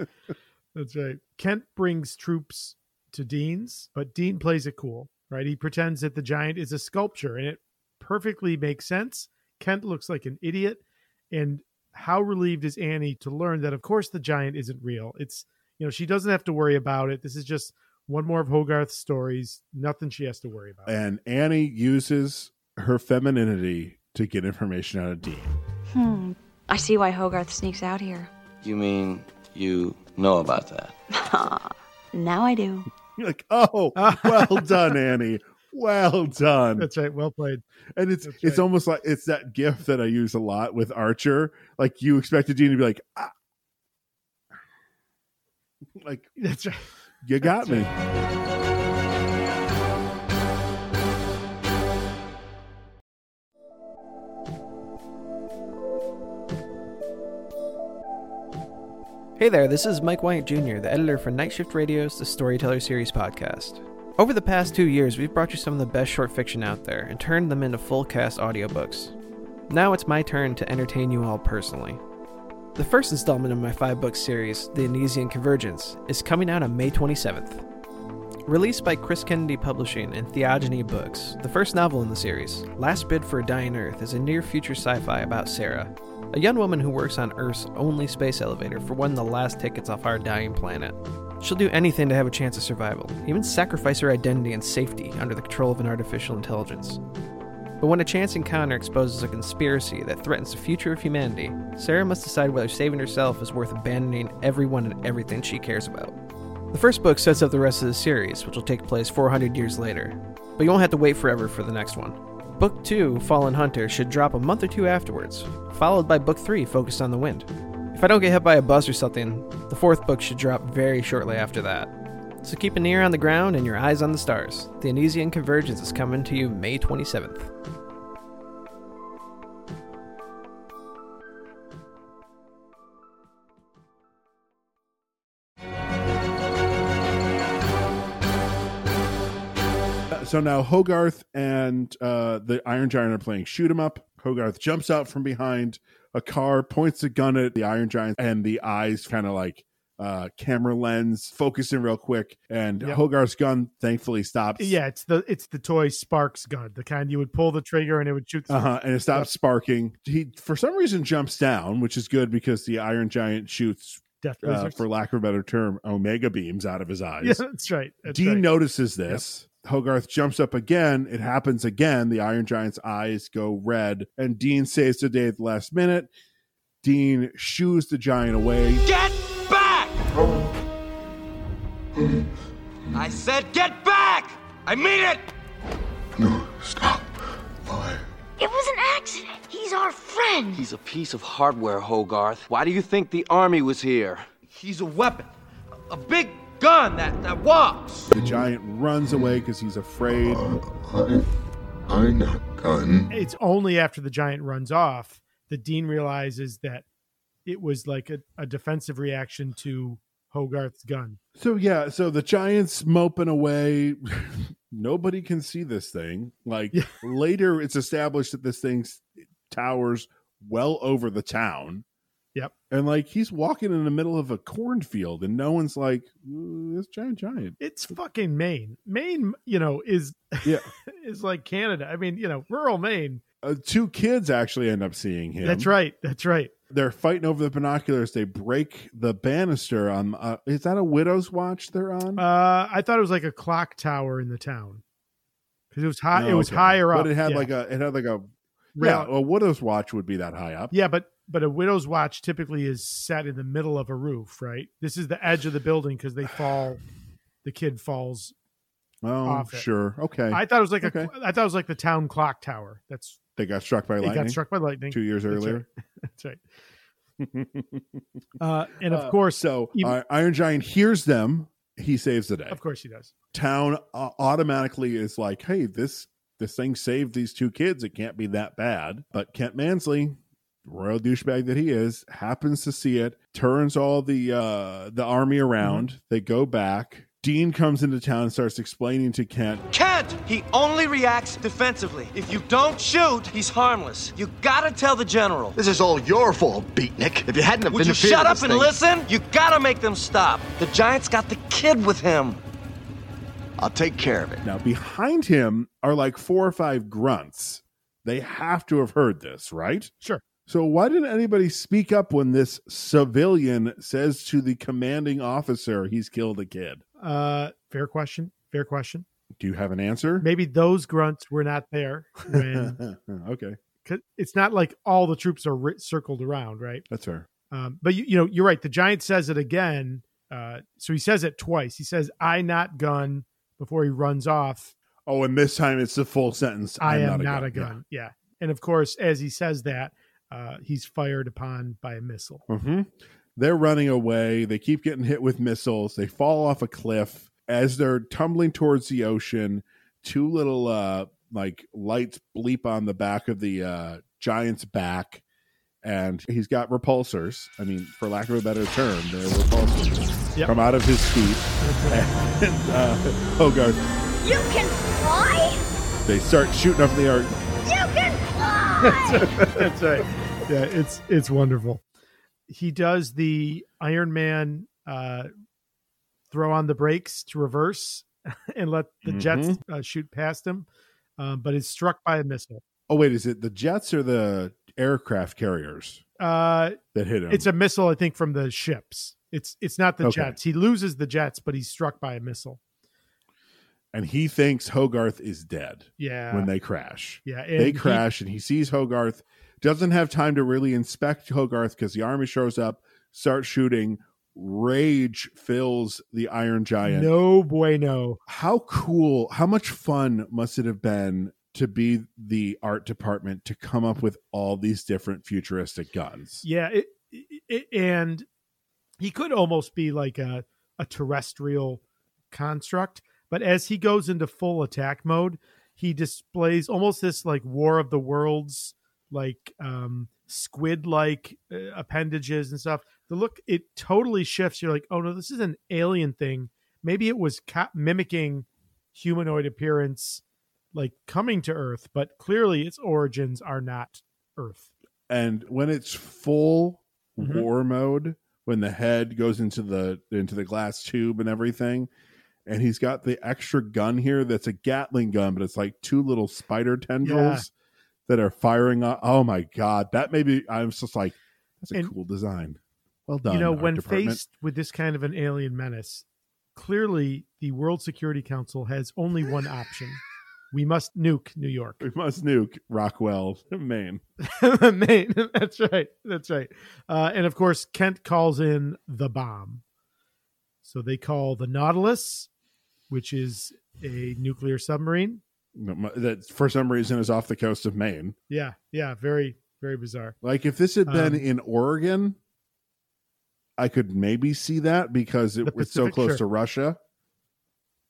S3: That's right. Kent brings troops to Dean's, but Dean plays it cool, right? He pretends that the giant is a sculpture and it perfectly makes sense. Kent looks like an idiot. And how relieved is Annie to learn that, of course, the giant isn't real? It's, you know, she doesn't have to worry about it. This is just one more of Hogarth's stories. Nothing she has to worry about.
S1: And Annie uses her femininity to get information out of Dean.
S7: Hmm. I see why Hogarth sneaks out here.
S11: You mean you know about that?
S7: now I do.
S1: You're like, oh, well done, Annie. Well done.
S3: That's right. Well played.
S1: And it's
S3: That's
S1: it's
S3: right.
S1: almost like it's that gif that I use a lot with Archer. Like you expected Dean to be like, ah. like
S3: That's right.
S1: you got me.
S13: Hey there, this is Mike Wyatt Jr., the editor for Night Shift Radio's The Storyteller Series podcast. Over the past two years, we've brought you some of the best short fiction out there and turned them into full cast audiobooks. Now it's my turn to entertain you all personally. The first installment of my five book series, The Anesian Convergence, is coming out on May 27th. Released by Chris Kennedy Publishing and Theogony Books, the first novel in the series, Last Bid for a Dying Earth, is a near future sci fi about Sarah, a young woman who works on Earth's only space elevator for one of the last tickets off our dying planet. She'll do anything to have a chance of survival, even sacrifice her identity and safety under the control of an artificial intelligence. But when a chance encounter exposes a conspiracy that threatens the future of humanity, Sarah must decide whether saving herself is worth abandoning everyone and everything she cares about. The first book sets up the rest of the series, which will take place 400 years later, but you won't have to wait forever for the next one. Book 2, Fallen Hunter, should drop a month or two afterwards, followed by Book 3, Focused on the Wind. If I don't get hit by a bus or something, the fourth book should drop very shortly after that. So keep an ear on the ground and your eyes on the stars. The Anesian Convergence is coming to you May 27th.
S1: So now Hogarth and uh, the Iron Giant are playing shoot 'em up. Hogarth jumps out from behind a car, points a gun at the Iron Giant, and the eyes kind of like uh, camera lens focus in real quick. And
S3: Yep.
S1: Hogarth's gun thankfully stops.
S3: Yeah, it's the it's the toy Sparks gun, the kind you would pull the trigger and it would shoot. The
S1: Uh-huh, and it stops sparking. He, for some reason, jumps down, which is good because the Iron Giant shoots,
S3: Death
S1: uh,
S3: Lizards.
S1: for lack of a better term, omega beams out of his eyes.
S3: Yeah, that's right. That's
S1: Dean
S3: right.
S1: notices this. Hogarth jumps up again. It happens again. The Iron Giant's eyes go red, and Dean saves the day at the last minute. Dean shoos the giant away.
S6: Get back! I said get back! I mean it!
S8: It was an accident. He's our friend.
S11: He's a piece of hardware, Hogarth. Why do you think the army was here? He's a weapon. A big gun that, that walks.
S1: The giant runs away because he's afraid.
S14: I'm not gun.
S3: It's only after the giant runs off that Dean realizes that it was like a, a defensive reaction to Hogarth's gun.
S1: So yeah, so the giant's moping away. Nobody can see this thing. Like later, it's established that this thing s- towers well over the town.
S3: Yep.
S1: And like he's walking in the middle of a cornfield, and no one's like, "Ooh, "This giant, giant."
S3: It's fucking Maine. Maine, you know, is
S1: Yeah.
S3: is like Canada. I mean, you know, rural Maine.
S1: Uh, two kids actually end up seeing him.
S3: That's right. That's right.
S1: They're fighting over the binoculars. They break the banister on. Uh, is that a widow's watch they're on?
S3: Uh, I thought it was like a clock tower in the town because it was high.
S1: No,
S3: it was
S1: Oh, okay.
S3: higher up.
S1: But it had
S3: yeah.
S1: like a. It had like a.
S3: Rail-
S1: Yeah, a widow's watch would be that high up.
S3: yeah, but but a widow's watch typically is set in the middle of a roof, right? This is the edge of the building because they fall. The kid falls.
S1: Oh,
S3: off it.
S1: sure. Okay.
S3: I thought it was like a. I thought it was like the town clock tower. That's
S1: they got struck by
S3: it
S1: lightning.
S3: got struck by lightning
S1: two years
S3: That's
S1: earlier.
S3: right. That's right. Uh, and of
S1: Uh,
S3: course,
S1: so
S3: even-
S1: uh, Iron Giant hears them. He saves the day.
S3: of course, he does.
S1: Town uh, automatically is like, "Hey, this this thing saved these two kids. It can't be that bad." But Kent Mansley, royal douchebag that he is, happens to see it, turns all the uh,
S3: Mm-hmm.
S1: the army around. They go back. Dean comes into town and starts explaining to Kent
S11: Kent! He only reacts defensively. If you don't shoot, he's harmless. You gotta tell the general.
S5: This is all your fault, beatnik. If you hadn't have
S11: Would
S5: been
S11: you
S5: interfered
S11: shut
S5: with
S11: up
S5: this
S11: and
S5: thing-
S11: listen? You gotta make them stop. The Giant's got the kid with him.
S5: I'll take care of it.
S1: Now, behind him are like four or five grunts. They have to have heard this, right?
S3: Sure.
S1: So, why didn't anybody speak up when this civilian says to the commanding officer he's killed a kid?
S3: Uh, fair question. Fair question.
S1: Do you have an answer?
S3: Maybe those grunts were not there when
S1: okay,
S3: 'cause it's not like all the troops are ri- circled around, right?
S1: that's fair.
S3: Um, but you, you know, you're right. The giant says it again. Uh, so he says it twice. He says, "I not gun" before he runs off.
S1: Oh, and this time it's the full sentence.
S3: I
S1: "I'm
S3: am not, a gun. Yeah. And of course, as he says that, uh, he's fired upon by a missile.
S1: Yeah. Mhm. They're running away. They keep getting hit with missiles. They fall off a cliff as they're tumbling towards the ocean. Two little uh like lights bleep on the back of the uh giant's back. and he's got repulsors. I mean, for lack of a better term, they're repulsors
S3: Yep.
S1: come out of his feet. and uh, Hogarth,
S8: You can fly?
S1: they start shooting up in the air.
S8: You can fly!
S3: That's right. Yeah, it's it's wonderful. He does the Iron Man uh, throw on the brakes to reverse and let the jets uh, shoot past him, um, but is struck by a missile.
S1: Oh wait, is it the jets or the aircraft carriers
S3: Uh,
S1: that hit him?
S3: It's a missile, I think, from the ships. It's it's not the
S1: Okay.
S3: jets. He loses the jets, but he's struck by a missile.
S1: and he thinks Hogarth is dead.
S3: Yeah.
S1: when they crash.
S3: Yeah, and
S1: they
S3: he-
S1: crash, and he sees Hogarth. Doesn't have time to really inspect Hogarth because the army shows up, starts shooting. Rage fills the Iron Giant.
S3: No bueno.
S1: how cool, how much fun must it have been to be the art department to come up with all these different futuristic guns?
S3: Yeah, it, it, it- and he could almost be like a a terrestrial construct, but as he goes into full attack mode, he displays almost this like War of the Worlds like um squid like uh, appendages and stuff. The look it totally shifts. You're like, "Oh no, this is an alien thing. Maybe it was ca- mimicking humanoid appearance like coming to Earth, but clearly its origins are not Earth."
S1: And when it's full
S3: Mhm.
S1: war mode, when the head goes into the into the glass tube and everything, and he's got the extra gun here that's a Gatling gun, but it's like two little spider tendrils that are firing up. Oh my god, that maybe I was just like, that's a
S3: And-
S1: cool design. Well done.
S3: you know,
S1: art
S3: when
S1: department.
S3: faced with this kind of an alien menace, clearly the World Security Council has only one option. We must nuke New York.
S1: we must nuke Rockwell, Maine.
S3: Maine. That's right. That's right. Uh, and of course, Kent calls in the bomb. So they call the Nautilus, which is a nuclear submarine.
S1: that for some reason is off the coast of Maine.
S3: Yeah. Yeah. Very, very bizarre.
S1: Like if this had been
S3: Um,
S1: in Oregon, I could maybe see that because it was so
S3: Pacific,
S1: close
S3: sure.
S1: to Russia.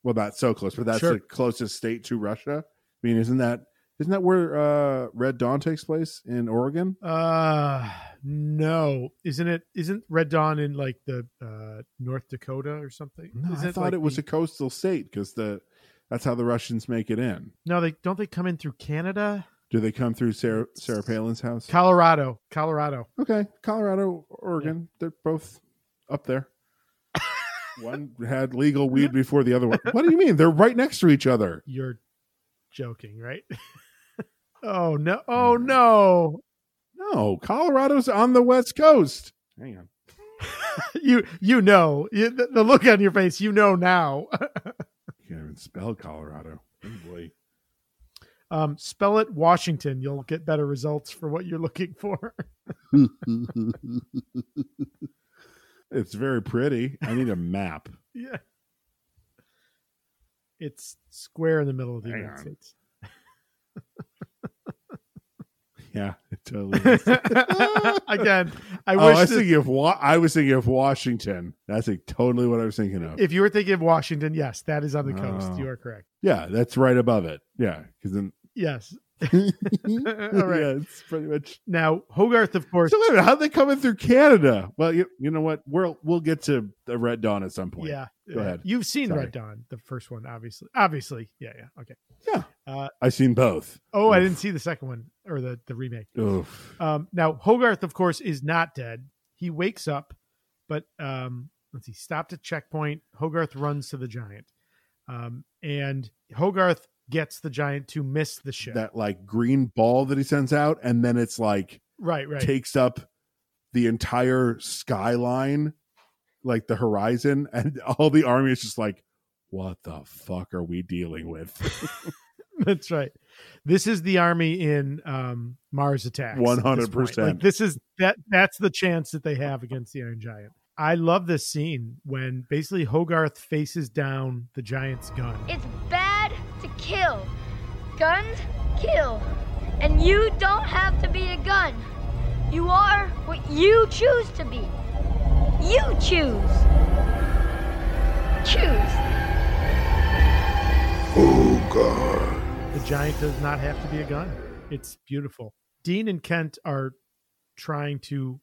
S1: Well, not so close, but that's
S3: Sure.
S1: the closest state to Russia. I mean, isn't that isn't that where uh, Red Dawn takes place in Oregon?
S3: Uh no. Isn't it isn't Red Dawn in like the uh North Dakota or something?
S1: No,
S3: Is
S1: I thought
S3: like
S1: it was
S3: the-
S1: a coastal state because the that's how the Russians make it in.
S3: No, they don't they come in through Canada?
S1: Do they come through Sarah, Sarah Palin's house?
S3: Colorado. Colorado.
S1: Okay. Colorado, Oregon. They're both up there. one had legal weed before the other one. What do you mean? They're right next to each other.
S3: You're joking, right? oh no. Oh
S1: Mm.
S3: no.
S1: No, Colorado's on the west coast. Hang on.
S3: you you know. You, the, the look on your face, you know now.
S1: Can't even spell Colorado. Oh, boy.
S3: um spell it Washington. You'll get better results for what you're looking for.
S1: it's very pretty. I need a map.
S3: yeah. It's square in the middle of the
S1: Hang
S3: United
S1: on.
S3: States.
S1: Yeah, it totally. Is.
S3: Again, I
S1: Oh,
S3: wish
S1: I was
S3: this-
S1: thinking of Wa- I was thinking of Washington. That's like totally what I was thinking of.
S3: If you were thinking of Washington, yes, that is on the coast.
S1: Oh.
S3: You are correct.
S1: yeah, that's right above it. Yeah, because then
S3: Yes. All right.
S1: Yeah, it's pretty much
S3: now Hogarth, of course.
S1: So wait a minute, how'd they come in through Canada? Well, you, you know what? We'll we'll get to the Red Dawn at some point.
S3: Yeah.
S1: Go ahead.
S3: You've seen
S1: Sorry.
S3: Red Dawn, the first one, obviously. Obviously. Yeah. Yeah. Okay.
S1: Yeah.
S3: Uh,
S1: I've seen both.
S3: oh, I didn't see the second one or the, the remake.
S1: Oof.
S3: Um, now Hogarth, of course, is not dead. He wakes up, but um, let's see, stopped at checkpoint. Hogarth runs to the giant, um, and Hogarth gets the giant to miss the ship.
S1: That like green ball that he sends out, and then it's like
S3: right. Right.
S1: takes up the entire skyline, like the horizon, and all the army is just like, what the fuck are we dealing with?
S3: That's right. This is the army in um, Mars Attacks. at this point.
S1: 100%.
S3: Like, This is that. That's the chance that they have against the Iron Giant. I love this scene when basically Hogarth faces down the giant's gun.
S8: It's bad to kill. Guns kill. And you don't have to be a gun. You are what you choose to be. You choose. Choose.
S3: The giant does not have to be a gun. It's beautiful. Dean and Kent are trying to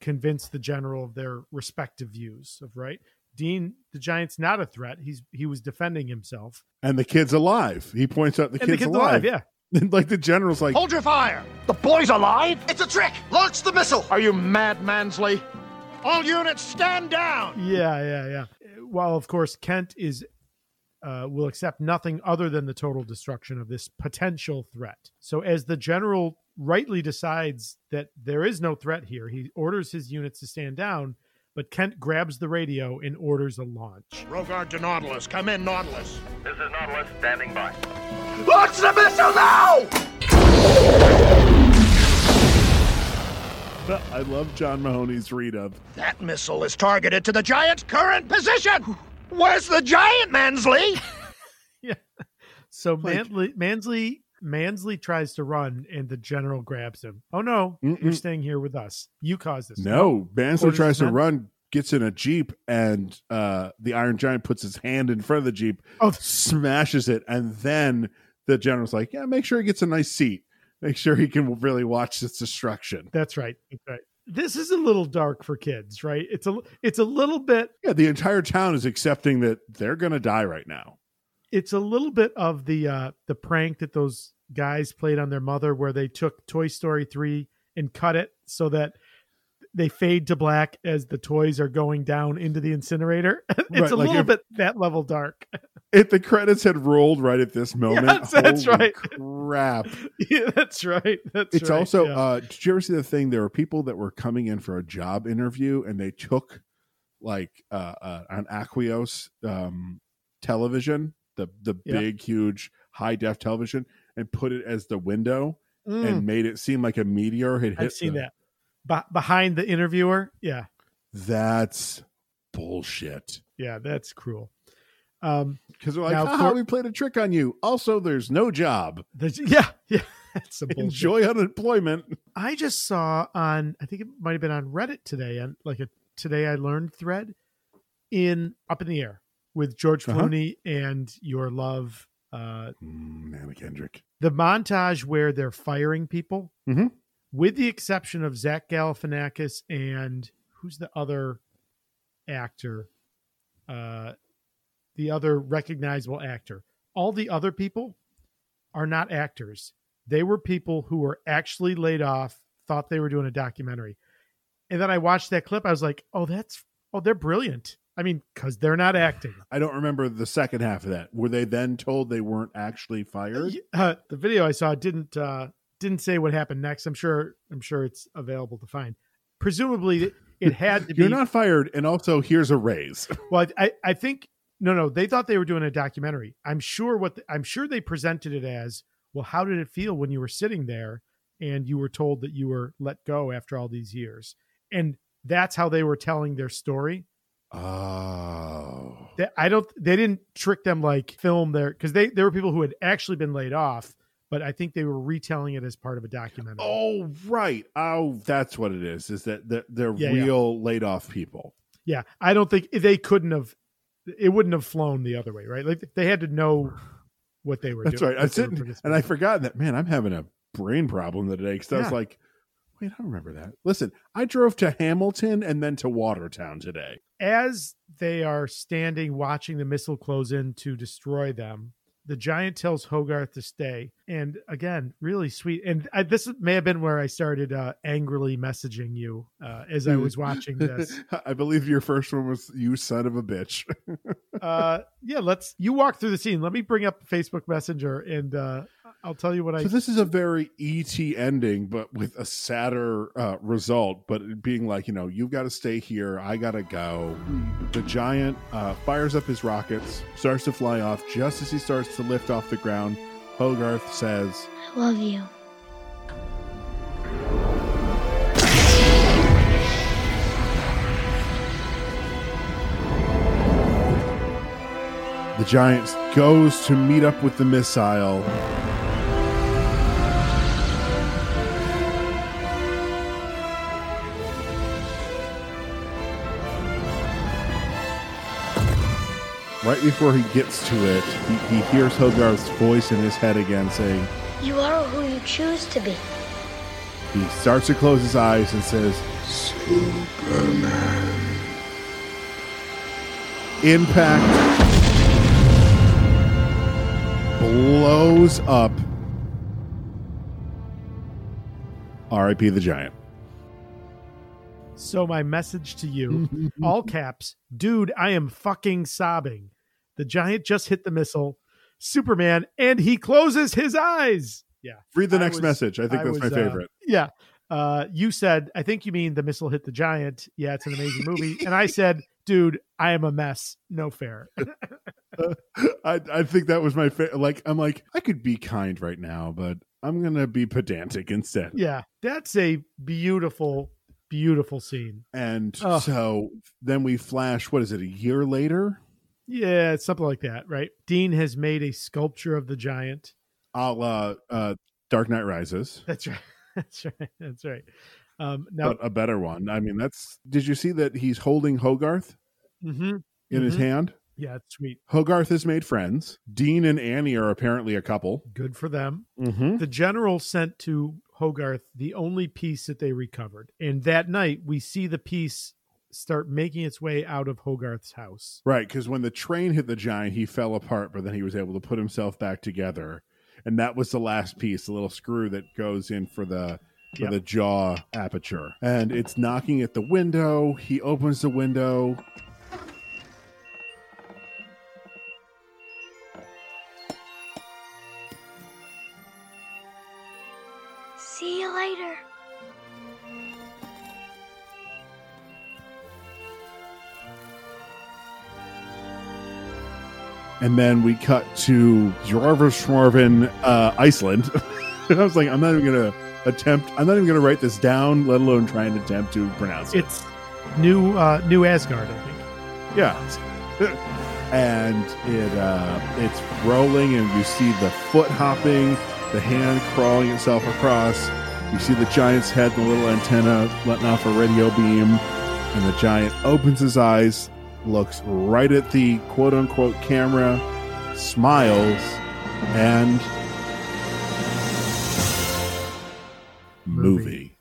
S3: convince the general of their respective views of right. Dean, the giant's not a threat. He's he was defending himself.
S1: and the kid's alive. He points out the,
S3: And the
S1: kid's,
S3: kid's
S1: alive.
S3: alive, yeah.
S1: And like the general's like,
S12: Hold your fire! The boy's alive? It's a trick! Launch the missile! Are you mad, Mansley? All units stand down!
S3: Yeah, yeah, yeah. While of course Kent is uh, will accept nothing other than the total destruction of this potential threat. So as the general rightly decides that there is no threat here, he orders his units to stand down. But Kent grabs the radio and orders a launch.
S12: Rogard to Nautilus, come in, Nautilus.
S6: This is Nautilus standing by.
S12: Launch the missile now!
S1: I love John Mahoney's read of
S12: That missile is targeted to the giant's current position! Where's the giant, Mansley?
S3: So Mansley, Mansley Mansley tries to run, and the general grabs him. Oh no, you're staying here with us. You caused this.
S1: No, Mansley
S3: Orders
S1: tries to
S3: men-
S1: run, gets in a jeep, and uh, the Iron Giant puts his hand in front of the jeep,
S3: oh.
S1: smashes it, and then the general's like, "Yeah, make sure he gets a nice seat. Make sure he can really watch this destruction."
S3: That's right. That's right. This is a little dark for kids, right? It's a it's a little bit
S1: Yeah, the entire town is accepting that they're gonna die right now.
S3: it's a little bit of the uh the prank that those guys played on their mother where they took Toy Story 3 and cut it so that they fade to black as the toys are going down into the incinerator. it's
S1: Right,
S3: a
S1: like
S3: little
S1: if-
S3: bit that level dark.
S1: If the credits had rolled right at this moment,
S3: Yes, that's
S1: holy
S3: right.
S1: Crap.
S3: yeah, that's right. That's
S1: it's
S3: right,
S1: also
S3: yeah.
S1: uh did you ever see the thing there were people that were coming in for a job interview and they took like uh, uh an Aquios um television the the
S3: Yeah.
S1: big huge high def television and put it as the window
S3: Mm.
S1: and made it seem like a meteor had hit
S3: I've seen
S1: them.
S3: that. Be- behind the interviewer, yeah,
S1: that's bullshit
S3: yeah, that's cruel. Um,
S1: because they're like
S3: Now,
S1: "Haha,
S3: for-
S1: we played a trick on you also there's no job
S3: there's, yeah, yeah, that's a bullshit.
S1: enjoy unemployment
S3: I just saw on, I think it might have been on Reddit today, on like a today I learned thread in Up in the Air with George
S1: Uh-huh.
S3: Clooney and your love, uh,
S1: Anna Hmm, Kendrick.
S3: the montage where they're firing people,
S1: Mhm.
S3: with the exception of Zach Galifianakis and who's the other actor, uh, the other recognizable actor. All the other people are not actors. They were people who were actually laid off, thought they were doing a documentary. And then I watched that clip. I was like, oh, that's, oh, they're brilliant. I mean, because they're not acting.
S1: I don't remember the second half of that. Were they then told they weren't actually fired?
S3: uh, the video I saw didn't uh, didn't say what happened next. I'm sure I'm sure it's available to find. Presumably, it had to be.
S1: You're not fired, and also here's a raise.
S3: well, I I think no no they thought they were doing a documentary. I'm sure what the, I'm sure they presented it as. Well, how did it feel when you were sitting there and you were told that you were let go after all these years? And that's how they were telling their story.
S1: Oh.
S3: That I don't. They didn't trick them like film their because they there were people who had actually been laid off, but I think they were retelling it as part of a documentary.
S1: Oh, right. Oh, that's what it is. Is that they're, they're
S3: Yeah, yeah.
S1: real laid off people?
S3: Yeah, I don't think they couldn't have. It wouldn't have flown the other way, right? Like they had to know what they were.
S1: That's
S3: doing.
S1: right. I'm
S3: what they were
S1: sitting and
S3: participating
S1: I forgot that. Man, I'm having a brain problem today because I was
S3: Yeah.
S1: like, wait, I remember that. Listen, I drove to Hamilton and then to Watertown today.
S3: in. As they are standing, watching the missile close in to destroy them, the giant tells Hogarth to stay. And again, really sweet. And I, this may have been where I started uh, angrily messaging you uh, as
S1: Mm.
S3: I was watching this.
S1: I believe your first one was you son of a bitch.
S3: Uh, yeah, let's. You walk through the scene. Let me bring up Facebook Messenger, and uh, I'll tell you what I.
S1: so this is a very ET ending, but with a sadder uh, result. But it being like, you know, you've got to stay here. I gotta go. The giant uh, fires up his rockets, starts to fly off. Just as he starts to lift off the ground, Hogarth says,
S8: I love you.
S1: The giant goes to meet up with the missile. Right before he gets to it, he, he hears Hogarth's voice in his head again saying,
S8: You are who you choose to be.
S1: he starts to close his eyes and says,
S14: Superman.
S1: Impact blows up. R.I.P. the Giant.
S3: So my message to you, all caps, dude, I am fucking sobbing. The giant just hit the missile, Superman, and he closes his eyes. Yeah.
S1: Read the
S3: I
S1: next
S3: was-
S1: message. I think
S3: I
S1: that's
S3: was,
S1: my
S3: uh,
S1: favorite.
S3: yeah. Uh, you said, I think you mean the missile hit the giant. Yeah, it's an amazing movie. And I said, dude, I am a mess. No fair.
S1: I, I think that was my favorite. Like, I'm like, I could be kind right now, but I'm going to be pedantic instead.
S3: yeah. That's a beautiful, beautiful scene.
S1: And
S3: Ugh.
S1: so then we flash, what is it, a year later?
S3: Yeah, it's something like that, right? Dean has made a sculpture of the giant.
S1: A la uh, Dark Knight Rises,
S3: That's right. That's right. That's right. Um, now,
S1: but a better one. I mean, that's. Did you see that he's holding Hogarth
S3: Mhm.
S1: in his
S3: Mhm.
S1: hand?
S3: Yeah, it's sweet.
S1: Hogarth has made friends. Dean and Annie are apparently a couple.
S3: Good for them.
S1: Mhm.
S3: The general sent to Hogarth the only piece that they recovered. And that night, we see the piece start making its way out of Hogarth's house.
S1: Right, because when the train hit the giant, he fell apart, but then he was able to put himself back together, and that was the last piece, the little screw that goes in for the for
S3: Yep.
S1: the jaw aperture, and it's knocking at the window. He opens the window.
S8: See you later.
S1: And then we cut to Jorvarsmorven, uh, Iceland. I was like, I'm not even going to attempt, I'm not even going to write this down, let alone try and attempt to pronounce it.
S3: It's new uh, New Asgard, I think.
S1: Yeah. and it uh, it's rolling, and you see the foot hopping, the hand crawling itself across. You see the giant's head, and the little antenna letting off a radio beam. and the giant opens his eyes, looks right at the quote unquote camera, smiles, and movie.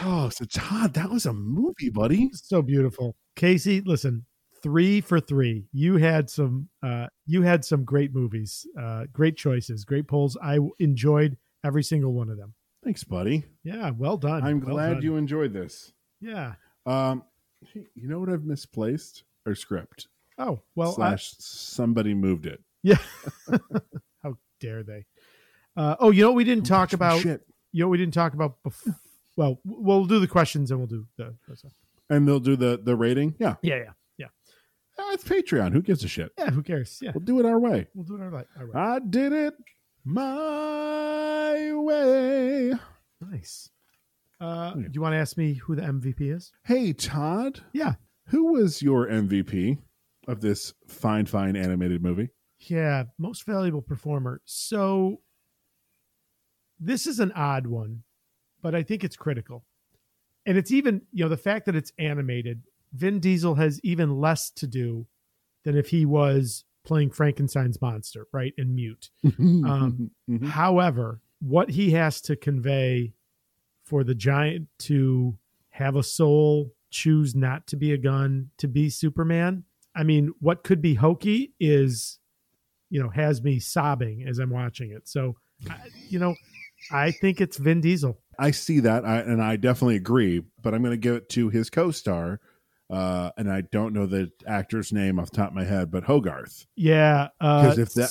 S1: Oh, so Todd, that was a movie, buddy.
S3: So beautiful. Casey, listen, three for three. You had some uh you had some great movies, uh, great choices, great polls. I enjoyed every single one of them.
S1: Thanks, buddy.
S3: Yeah, well done.
S1: I'm
S3: Well
S1: glad
S3: done.
S1: you enjoyed this.
S3: Yeah.
S1: Um, hey, you know what I've misplaced? Our script.
S3: Oh, well, I-
S1: slash somebody moved it.
S3: Yeah. How dare they? Uh, oh, you know what we didn't talk about? You know what we didn't talk about before? Well, w- we'll do the questions and we'll do the. that's all.
S1: And they'll do the the rating. Yeah.
S3: Yeah, yeah, yeah.
S1: Uh, it's Patreon. Who gives a shit?
S3: Yeah, who cares? Yeah.
S1: We'll do it our way.
S3: We'll do it our, li- our way.
S1: I did it my way.
S3: Nice. Uh, Do you want to ask me who the MVP is?
S1: Hey, Todd.
S3: Yeah.
S1: Who was your MVP of this fine, fine animated movie?
S3: Yeah, most valuable performer. So this is an odd one, but I think it's critical. And it's even, you know, the fact that it's animated, Vin Diesel has even less to do than if he was playing Frankenstein's monster, right? And mute. Um, However, what he has to convey for the giant to have a soul, choose not to be a gun, to be Superman. I mean, what could be hokey is, you know, has me sobbing as I'm watching it. So, I, you know, I think it's Vin Diesel.
S1: I see that, I, and I definitely agree. But I'm going to give it to his co-star, uh, and I don't know the actor's name off the top of my head, but Hogarth.
S3: Yeah. Uh,
S1: Because if that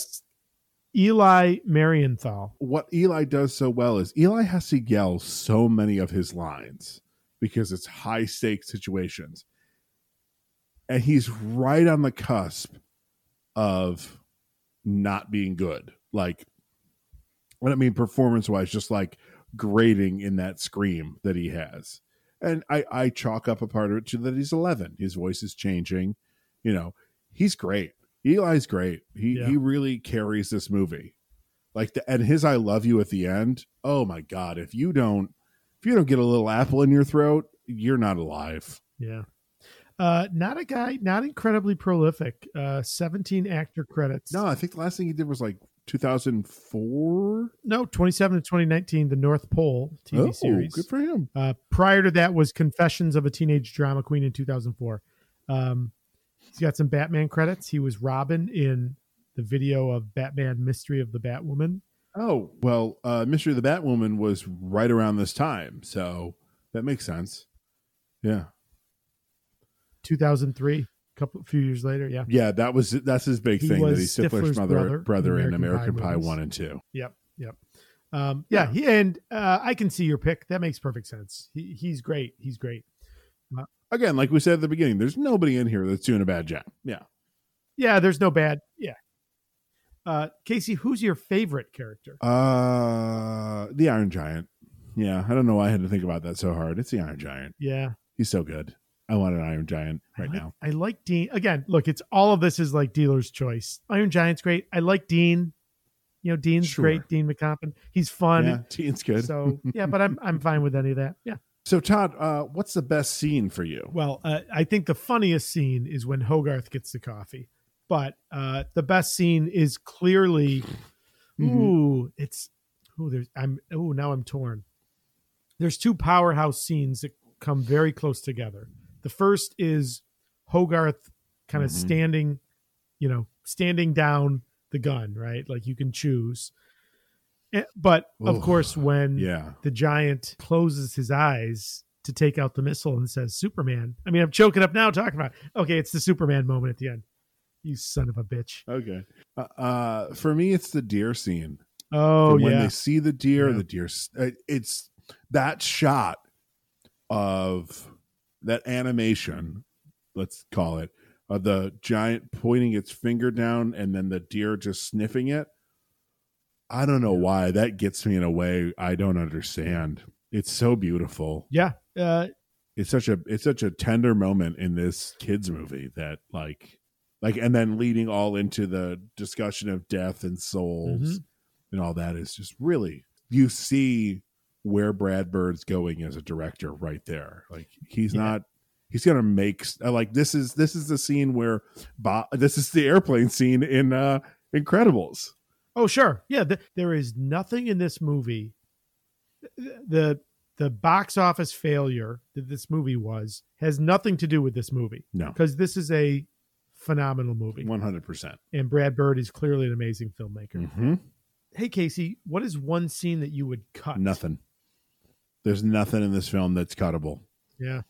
S3: Eli Marienthal.
S1: what Eli does so well is Eli has to yell so many of his lines because it's high stakes situations. And he's right on the cusp of not being good. Like, what I mean, performance wise, just like grading in that scream that he has. And I, I chalk up a part of it to that he's 11. His voice is changing. You know, he's great. Eli's great. He, he really carries this movie like the, and his i love you at the end oh my god if you don't if you don't get a little apple in your throat you're not alive
S3: Yeah. Uh, not a guy, not incredibly prolific. Uh, 17 actor credits.
S1: no i think the last thing he did was like 2004
S3: No, 27 to 2019, The North Pole TV
S1: Oh,
S3: series.
S1: good for him.
S3: Uh, prior to that was Confessions of a Teenage Drama Queen in 2004. Um, he's got some Batman credits. He was Robin in the video of Batman Mystery of the Batwoman.
S1: oh well uh mystery of the batwoman was right around this time so that makes sense yeah
S3: 2003, a couple few years later. Yeah.
S1: yeah that was that's his big
S3: He
S1: thing that
S3: was
S1: he's
S3: Stifler's
S1: stifler's, mother
S3: brother
S1: brother,
S3: in
S1: in
S3: American
S1: american
S3: Pie
S1: pie,
S3: movies.
S1: one and two
S3: Yep. Yep. Um, yeah, He, and uh, I can see your pick. That makes perfect sense. He, he's great. He's great. Uh,
S1: again like we said at the beginning there's nobody in here that's doing a bad job yeah
S3: yeah, there's no bad. Yeah. Uh, Casey, who's your favorite character?
S1: uh the iron giant yeah i don't know why i had to think about that so hard it's the iron giant
S3: Yeah.
S1: He's so good. I want an Iron Giant right now.
S3: I like Dean. Again, look, it's all of this is like dealer's choice. Iron Giant's great. I like Dean. You know, Dean's
S1: Sure.
S3: great. Dean McCompin. He's fun.
S1: Yeah, Dean's good.
S3: So yeah, but I'm I'm fine with any of that. Yeah.
S1: So Todd, uh, what's the best scene for you?
S3: Well, uh, I think the funniest scene is when Hogarth gets the coffee, but uh, the best scene is clearly,
S15: Mhm.
S1: Mm-hmm.
S3: ooh, it's ooh, there's I'm ooh now I'm torn. There's two powerhouse scenes that come very close together. The first is Hogarth kind of
S1: Mm-hmm.
S15: Mhm.
S3: standing, you know, standing down the gun, right? Like you can choose. Eh, But of
S1: Ooh,
S3: course, when
S1: yeah.
S3: the giant closes his eyes to take out the missile and says Superman. I mean, I'm choking up now talking about. it. Okay, it's the Superman moment at the end. You son of a bitch.
S1: Okay. Uh, uh, for me, it's the deer scene.
S3: Oh,
S1: From when
S3: yeah.
S1: they see the deer, the deer. s- uh, It's that shot of that animation. Let's call it of the giant pointing its finger down and then the deer just sniffing it. I don't know why that gets me in a way I don't understand. It's so beautiful.
S3: Yeah. Uh,
S1: it's such a it's such a tender moment in this kids movie that like like and then leading all into the discussion of death and souls
S3: Mhm.
S1: and all that is just really you see where Brad Bird's going as a director right there. Like he's not he's gonna make s- uh, like this is this is the scene where Bob this is the airplane scene in uh Incredibles.
S3: Oh, sure. Yeah, th- there is nothing in this movie. th- The the box office failure that this movie was has nothing to do with this movie.
S1: No.
S3: Because this is a phenomenal movie.
S1: 100%.
S3: And Brad Bird is clearly an amazing filmmaker.
S1: Mhm.
S3: Hey, Casey, what is one scene that you would cut?
S1: Nothing. There's nothing in this film that's cuttable.
S3: Yeah.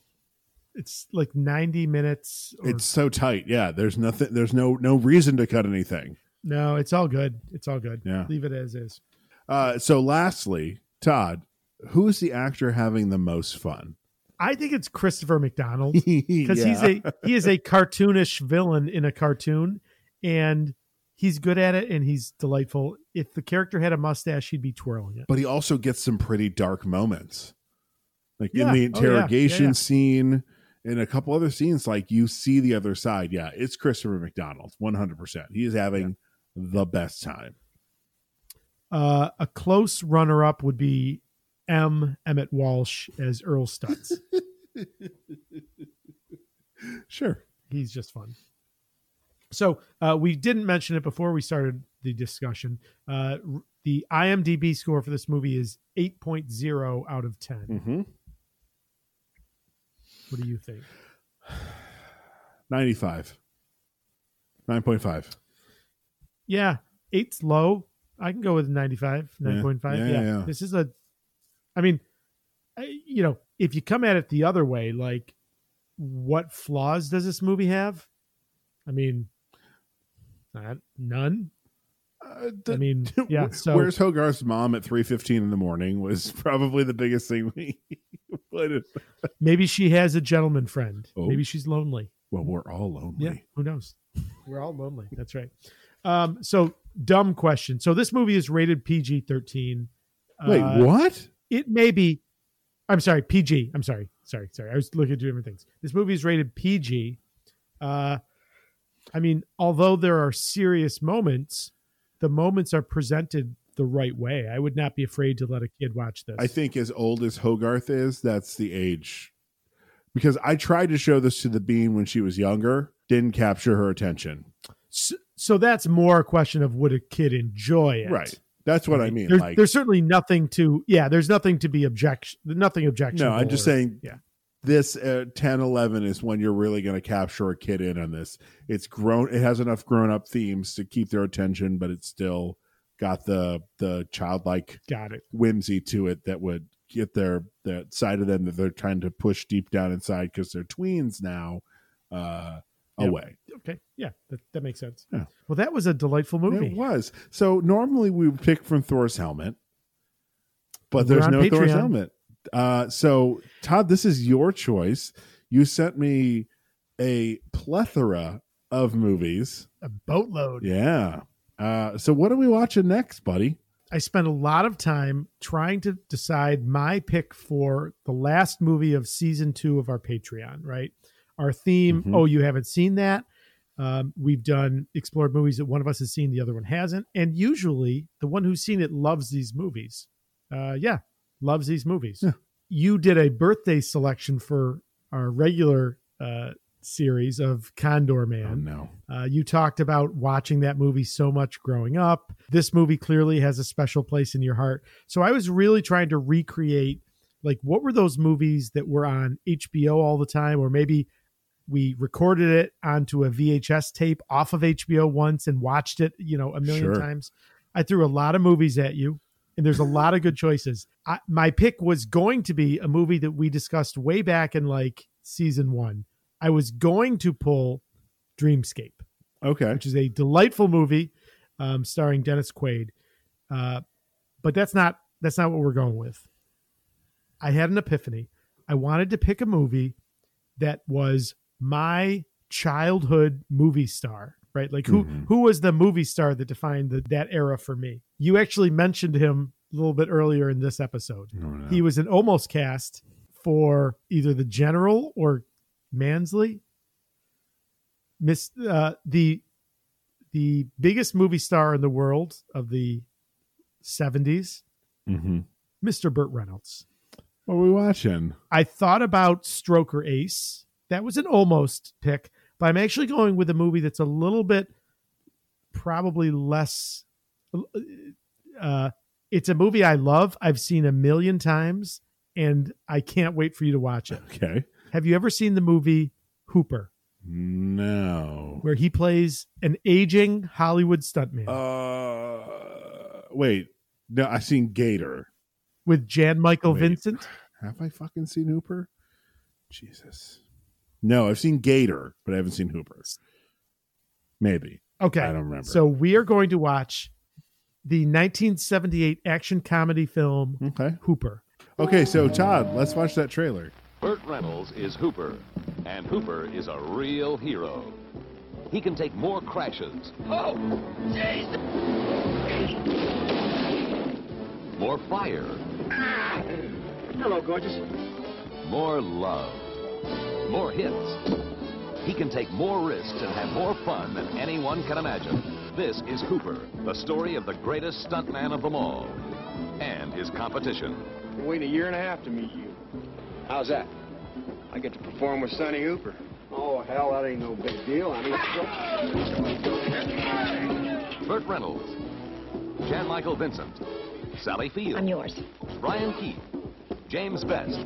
S3: It's like 90 minutes. Or,
S1: It's so tight. Yeah. There's nothing there's no no reason to cut anything.
S3: no, it's all good. It's all good.
S1: Yeah.
S3: Leave it as is.
S1: Uh so lastly, Todd, who's the actor having the most fun?
S3: I think it's Christopher McDonald because he's
S1: Yeah.
S3: a he is a cartoonish villain in a cartoon, and he's good at it and he's delightful. If the character had a mustache, he'd be twirling it.
S1: but he also gets some pretty dark moments like
S3: Yeah.
S1: in the
S3: Oh, yeah. Yeah,
S1: interrogation
S3: yeah.
S1: scene and a couple other scenes like you see the other side yeah it's christopher mcdonald 100% he is having the best time
S3: Uh, a close runner up would be M. Emmett Walsh as Earl Stutz.
S1: sure,
S3: he's just fun. So uh, we didn't mention it before we started the discussion. Uh, r- the IMDb score for this movie is 8.0 out of 10.
S1: Hmm. Mm-hmm.
S3: What do you think?
S1: 95 9.5
S3: Yeah, eight's low. I can go with 95,
S1: Yeah.
S3: 9.5.
S1: Yeah,
S3: Yeah,
S1: yeah, yeah.
S3: This is a, I mean, I- you know, if you come at it the other way, like what flaws does this movie have? I mean, uh, none.
S1: Uh,
S3: I mean, yeah. So
S1: where's hogarth's mom at 3.15 in the morning was probably the biggest thing we put
S3: maybe she has a gentleman friend.
S1: Oh.
S3: Maybe she's lonely.
S1: well we're all lonely
S3: Yeah, who knows? We're all lonely. That's right. Um, so dumb question. So this movie is rated PG thirteen.
S1: Wait,
S3: uh,
S1: what?
S3: It may be. I'm sorry, PG. I'm sorry, sorry, sorry. I was looking at two different things. This movie is rated PG. Uh, I mean, although there are serious moments, the moments are presented the right way. I would not be afraid to let a kid watch this.
S1: I think as old as Hogarth is, that's the age. Because I tried to show this to the bean when she was younger, didn't capture her attention.
S3: so, so that's more a question of would a kid enjoy it
S1: Right. That's what I
S3: Right.
S1: mean.
S3: there's,
S1: like
S3: there's certainly nothing to yeah there's nothing to be objection nothing
S1: no,
S3: objectionable
S1: I'm just
S3: or-
S1: saying
S3: yeah
S1: this uh, 10 11 is when you're really going to capture a kid in on this. It's grown it has enough grown-up themes to keep their attention, but it's still got the the childlike
S3: got it
S1: whimsy to it that would get their that side of them that they're trying to push deep down inside cuz they're tweens now uh
S3: Yeah.
S1: away.
S3: okay yeah that, that makes sense
S1: Yeah.
S3: well that was a delightful movie
S1: It was. So normally we would pick from Thor's helmet, but
S3: We're
S1: there's
S3: on
S1: no Thor's
S3: Patreon.
S1: helmet. Uh, so Todd, this is your choice. You sent me a plethora of movies.
S3: a boatload
S1: Yeah. Uh, so what are we watching next, buddy?
S3: I spent a lot of time trying to decide my pick for the last movie of season two of our Patreon, right? Our theme,
S15: Mhm.
S3: oh, you haven't seen that. Um, we've done explored movies that one of us has seen, the other one hasn't. And usually the one who's seen it loves these movies. Uh, yeah, loves these movies. You did a birthday selection for our regular uh, series of Condor Man.
S1: Oh, no.
S3: Uh, you talked about watching that movie so much growing up. This movie clearly has a special place in your heart. So I was really trying to recreate, like, what were those movies that were on HBO all the time, or maybe we recorded it onto a VHS tape off of HBO once and watched it, you know, a million
S15: Sure.
S3: times. I threw a lot of movies at you, and there's a lot of good choices. I, my pick was going to be a movie that we discussed way back in like season one. I was going to pull Dreamscape.
S1: Okay.
S3: Which is a delightful movie um, starring Dennis Quaid. Uh, but that's not that's not what we're going with. I had an epiphany. I wanted to pick a movie that was my childhood movie star, right? Like who who was the movie star that defined the, that era for me? You actually mentioned him a little bit earlier in this episode. He was an almost cast for either the general or Mansley. Miss uh, the the biggest movie star in the world of the seventies, Mm-hmm.
S1: Mhm.
S3: Mr. Burt Reynolds.
S1: What are we watching?
S3: I thought about Stroker Ace. That was an almost pick, but I'm actually going with a movie that's a little bit probably less. Uh, it's a movie I love. I've seen a million times, and I can't wait for you to watch it.
S1: Okay.
S3: Have you ever seen the movie Hooper,
S1: No.
S3: where he plays an aging Hollywood stuntman
S1: Oh. Uh, wait. No, I've seen Gator.
S3: with Jan Michael
S1: Wait.
S3: Vincent?
S1: Have I fucking seen Hooper? Jesus. No, I've seen Gator, but I haven't seen Hooper. Maybe.
S3: Okay.
S1: I don't remember.
S3: So we are going to watch the 1978 action comedy film Hooper.
S1: Okay, so Todd, let's watch that trailer.
S15: Burt Reynolds is Hooper, and Hooper is a real hero. He can take more crashes,
S16: Oh,
S15: more fire,
S16: Hello, gorgeous.
S15: more love, more hits. He can take more risks and have more fun than anyone can imagine. This is Hooper, the story of the greatest stuntman of them all, and his competition.
S10: Wait a year and a half to meet you. How's that? I get to perform with Sonny Hooper. Oh, hell, that ain't no big deal. I
S15: Burt Reynolds, Jan Michael Vincent, Sally Field. I'm yours. Brian Keith, James Best,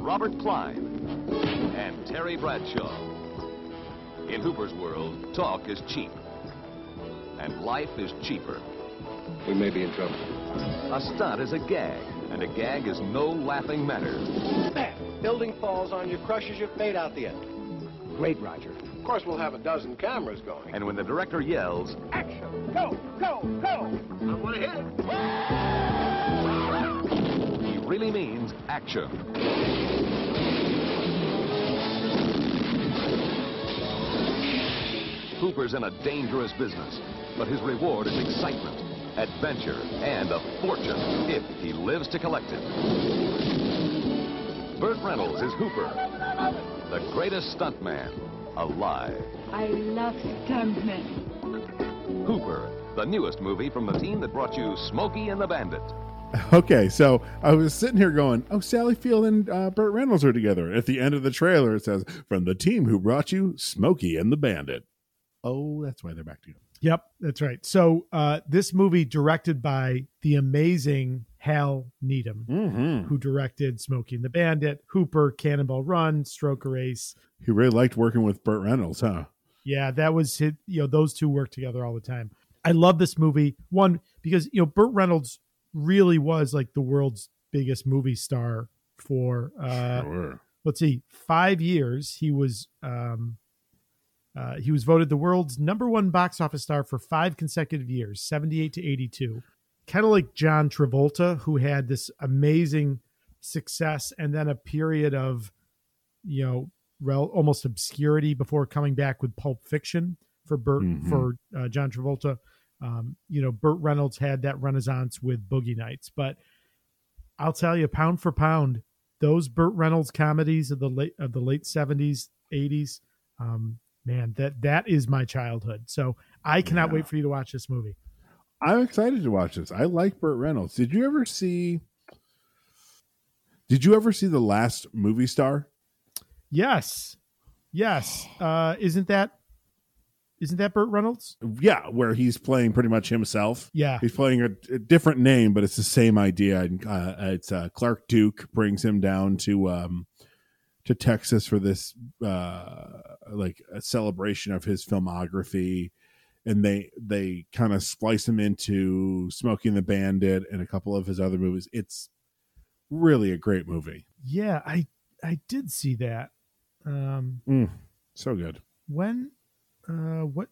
S15: Robert Klein, and Terry Bradshaw. In Hooper's world, talk is cheap, and life is cheaper.
S9: We may be in trouble.
S15: A stunt is a gag, and a gag is no laughing matter.
S10: Building falls on you, crushes you, fade out the end. Great, Roger. Of course, we'll have a dozen cameras going.
S15: And when the director yells,
S10: Go, go, go! I want to hit.
S15: he really means action. Hooper's in a dangerous business, but his reward is excitement, adventure, and a fortune if he lives to collect it. Burt Reynolds is Hooper, the greatest stuntman alive.
S17: I love stuntmen.
S15: Hooper, the newest movie from the team that brought you Smokey and the Bandit.
S1: Okay, so I was sitting here going, "Oh, Sally Field and uh, Burt Reynolds are together." At the end of the trailer, it says, "From the team who brought you Smokey and the Bandit." Oh, that's why they're back together.
S3: Yep, that's right. So uh, this movie directed by the amazing Hal Needham,
S1: Mm-hmm.
S3: who directed Smoking the Bandit, Hooper, Cannonball Run, Stroker Ace.
S1: He really liked working with Burt Reynolds, huh?
S3: Yeah, that was his, you know, those two work together all the time. I love this movie. One, because, you know, Burt Reynolds really was like the world's biggest movie star for, uh,
S1: Sure.
S3: let's see, five years. He was, um, uh, he was voted the world's number one box office star for five consecutive years, 78 to 82. Kind of like John Travolta, who had this amazing success and then a period of, you know, rel- almost obscurity before coming back with Pulp Fiction for Burt,
S1: Mhm.
S3: for uh, John Travolta. Um, you know, Burt Reynolds had that renaissance with Boogie Nights, but I'll tell you, pound for pound, those Burt Reynolds comedies of the late of the late seventies, eighties, um, man, that that is my childhood. So I cannot wait for you to watch this movie.
S1: I'm excited to watch this. I like Burt Reynolds. Did you ever see? Did you ever see the last movie star?
S3: Yes, yes. Uh, isn't that isn't that Burt Reynolds?
S1: Yeah, where he's playing pretty much himself.
S3: Yeah.
S1: he's playing a, a different name, but it's the same idea. And uh, it's uh, Clark Duke brings him down to um, to Texas for this uh, like a celebration of his filmography, and they they kind of splice him into Smoking the Bandit and a couple of his other movies. It's really a great movie.
S3: Yeah, I I did see that. Um,
S1: Mm, so good.
S3: when uh what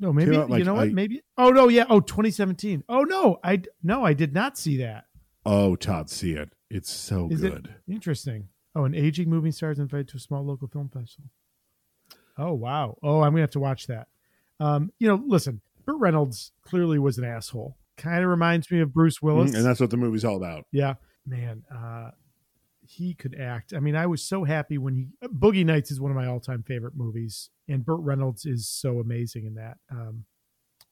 S3: no maybe
S1: out, like,
S3: you know what
S1: I-
S3: maybe oh no yeah oh 2017 oh no i d- no i did not see that
S1: Oh, Todd, see it. It's so
S3: Is it-
S1: good.
S3: interesting oh an aging movie star is invited to a small local film festival oh wow oh i'm gonna have to watch that um you know listen burt reynolds clearly was an asshole kind of reminds me of bruce willis
S1: Mm, and that's what the movie's all about.
S3: yeah man uh he could act. I mean, I was so happy when he Boogie Nights is one of my all time favorite movies, and Burt Reynolds is so amazing in that. Um,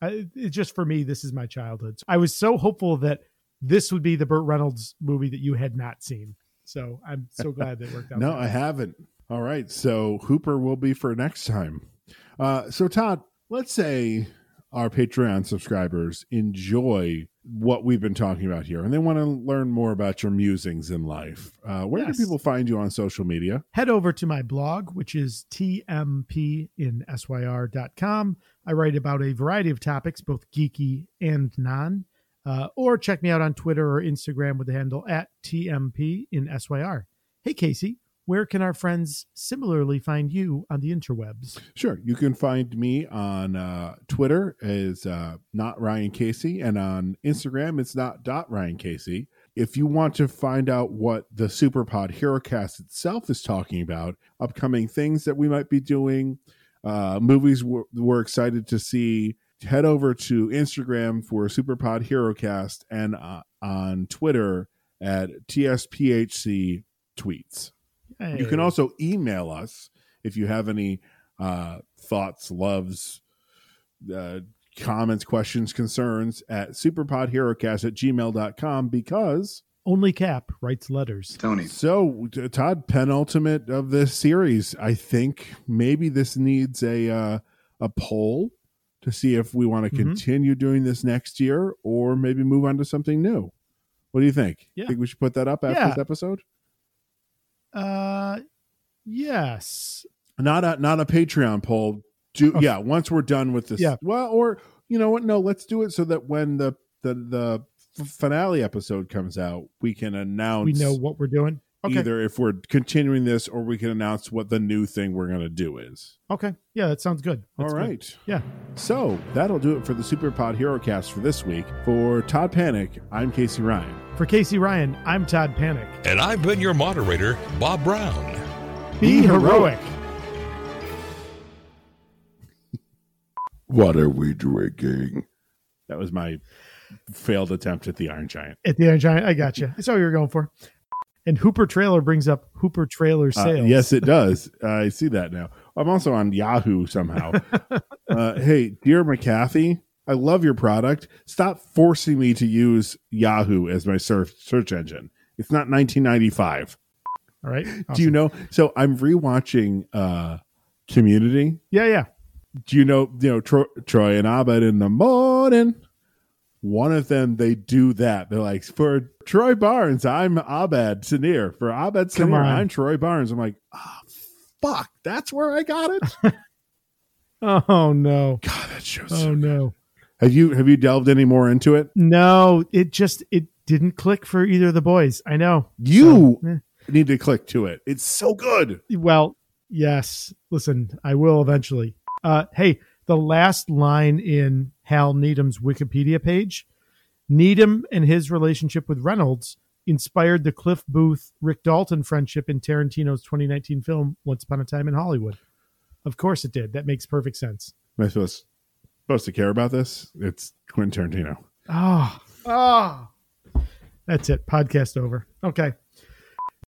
S3: I, it just for me, this is my childhood. I was so hopeful that this would be the Burt Reynolds movie that you had not seen. So I'm so glad that worked out.
S1: no,
S3: that
S1: I
S3: way.
S1: haven't. All right, so Hooper will be for next time. Uh, so Todd, let's say our Patreon subscribers enjoy what we've been talking about here, and they want to learn more about your musings in life. Uh, where
S3: Yes.
S1: do people find you on social media?
S3: head over to my blog, which is tmp in syr.com. I write about a variety of topics, both geeky and non. Uh, or check me out on Twitter or Instagram with the handle at tmp in syr. Hey, Casey, where can our friends similarly find you on the interwebs?
S1: Sure. You can find me on uh, Twitter as uh, not Ryan Casey, and on Instagram it's not dot Ryan Casey. If you want to find out what the Superpod HeroCast itself is talking about, upcoming things that we might be doing, uh, movies we're, we're excited to see, head over to Instagram for Superpod HeroCast and uh, on Twitter at TSPHC tweets. You
S3: Hey.
S1: can also email us if you have any uh, thoughts, loves, uh, comments, questions, concerns at superpodherocast at gmail.com because.
S3: Only Cap writes letters.
S1: Tony. So, t- Todd, penultimate of this series. I think maybe this needs a uh, a poll to see if we want to
S3: Mhm.
S1: continue doing this next year or maybe move on to something new. What do you think?
S3: Yeah.
S1: Think we should put that up after
S3: Yeah.
S1: this episode?
S3: Uh, yes.
S1: not a not a patreon poll do yeah once we're done with this
S3: Yeah.
S1: well or you know what no let's do it so that when the the the f- finale episode comes out we can announce
S3: We know what we're doing. Okay.
S1: either if we're continuing this or we can announce what the new thing we're going to do is
S3: Okay. Yeah, that sounds good. That's
S1: all
S3: good.
S1: right
S3: Yeah.
S1: so that'll do it for the superpod hero cast for this week for todd panic i'm casey ryan
S3: For Casey Ryan, I'm Todd Panic.
S18: And I've been your moderator, Bob Brown.
S3: Be heroic.
S14: What are we drinking?
S1: that was my failed attempt at the iron giant
S3: At the Iron Giant, I got you. That's all you were going for. And Hooper Trailer brings up Hooper Trailer
S1: Uh,
S3: sales.
S1: yes, it does. I see that now. I'm also on Yahoo somehow. uh, hey, dear McCarthy, I love your product. Stop forcing me to use Yahoo as my search search engine. It's not 1995.
S3: All right.
S1: Do you know? So I'm rewatching uh, Community.
S3: Yeah, yeah.
S1: Do you know? You know Troy, Troy and Abed in the morning. One of them, they do that. They're like, for Troy Barnes, I'm Abed Sanir. For Abed
S3: Come
S1: Sanir,
S3: on.
S1: I'm Troy Barnes. I'm like, "Ah, fuck, that's where I got it.
S3: Oh no.
S1: God, that show's
S3: Oh no.
S1: Uh, Have you have you delved any more into it?
S3: No, it just it didn't click for either of the boys. I know.
S1: You need to click to it. It's so good.
S3: Well, yes. Listen, I will eventually. Uh hey, the last line in Hal Needham's Wikipedia page, Needham and his relationship with Reynolds inspired the Cliff Booth Rick Dalton friendship in Tarantino's 2019 film Once Upon a Time in Hollywood. Of course it did. That makes perfect sense.
S1: Am I supposed supposed to care about this? It's Quentin Tarantino.
S3: Oh, oh. That's it. Ah. Podcast over. Okay.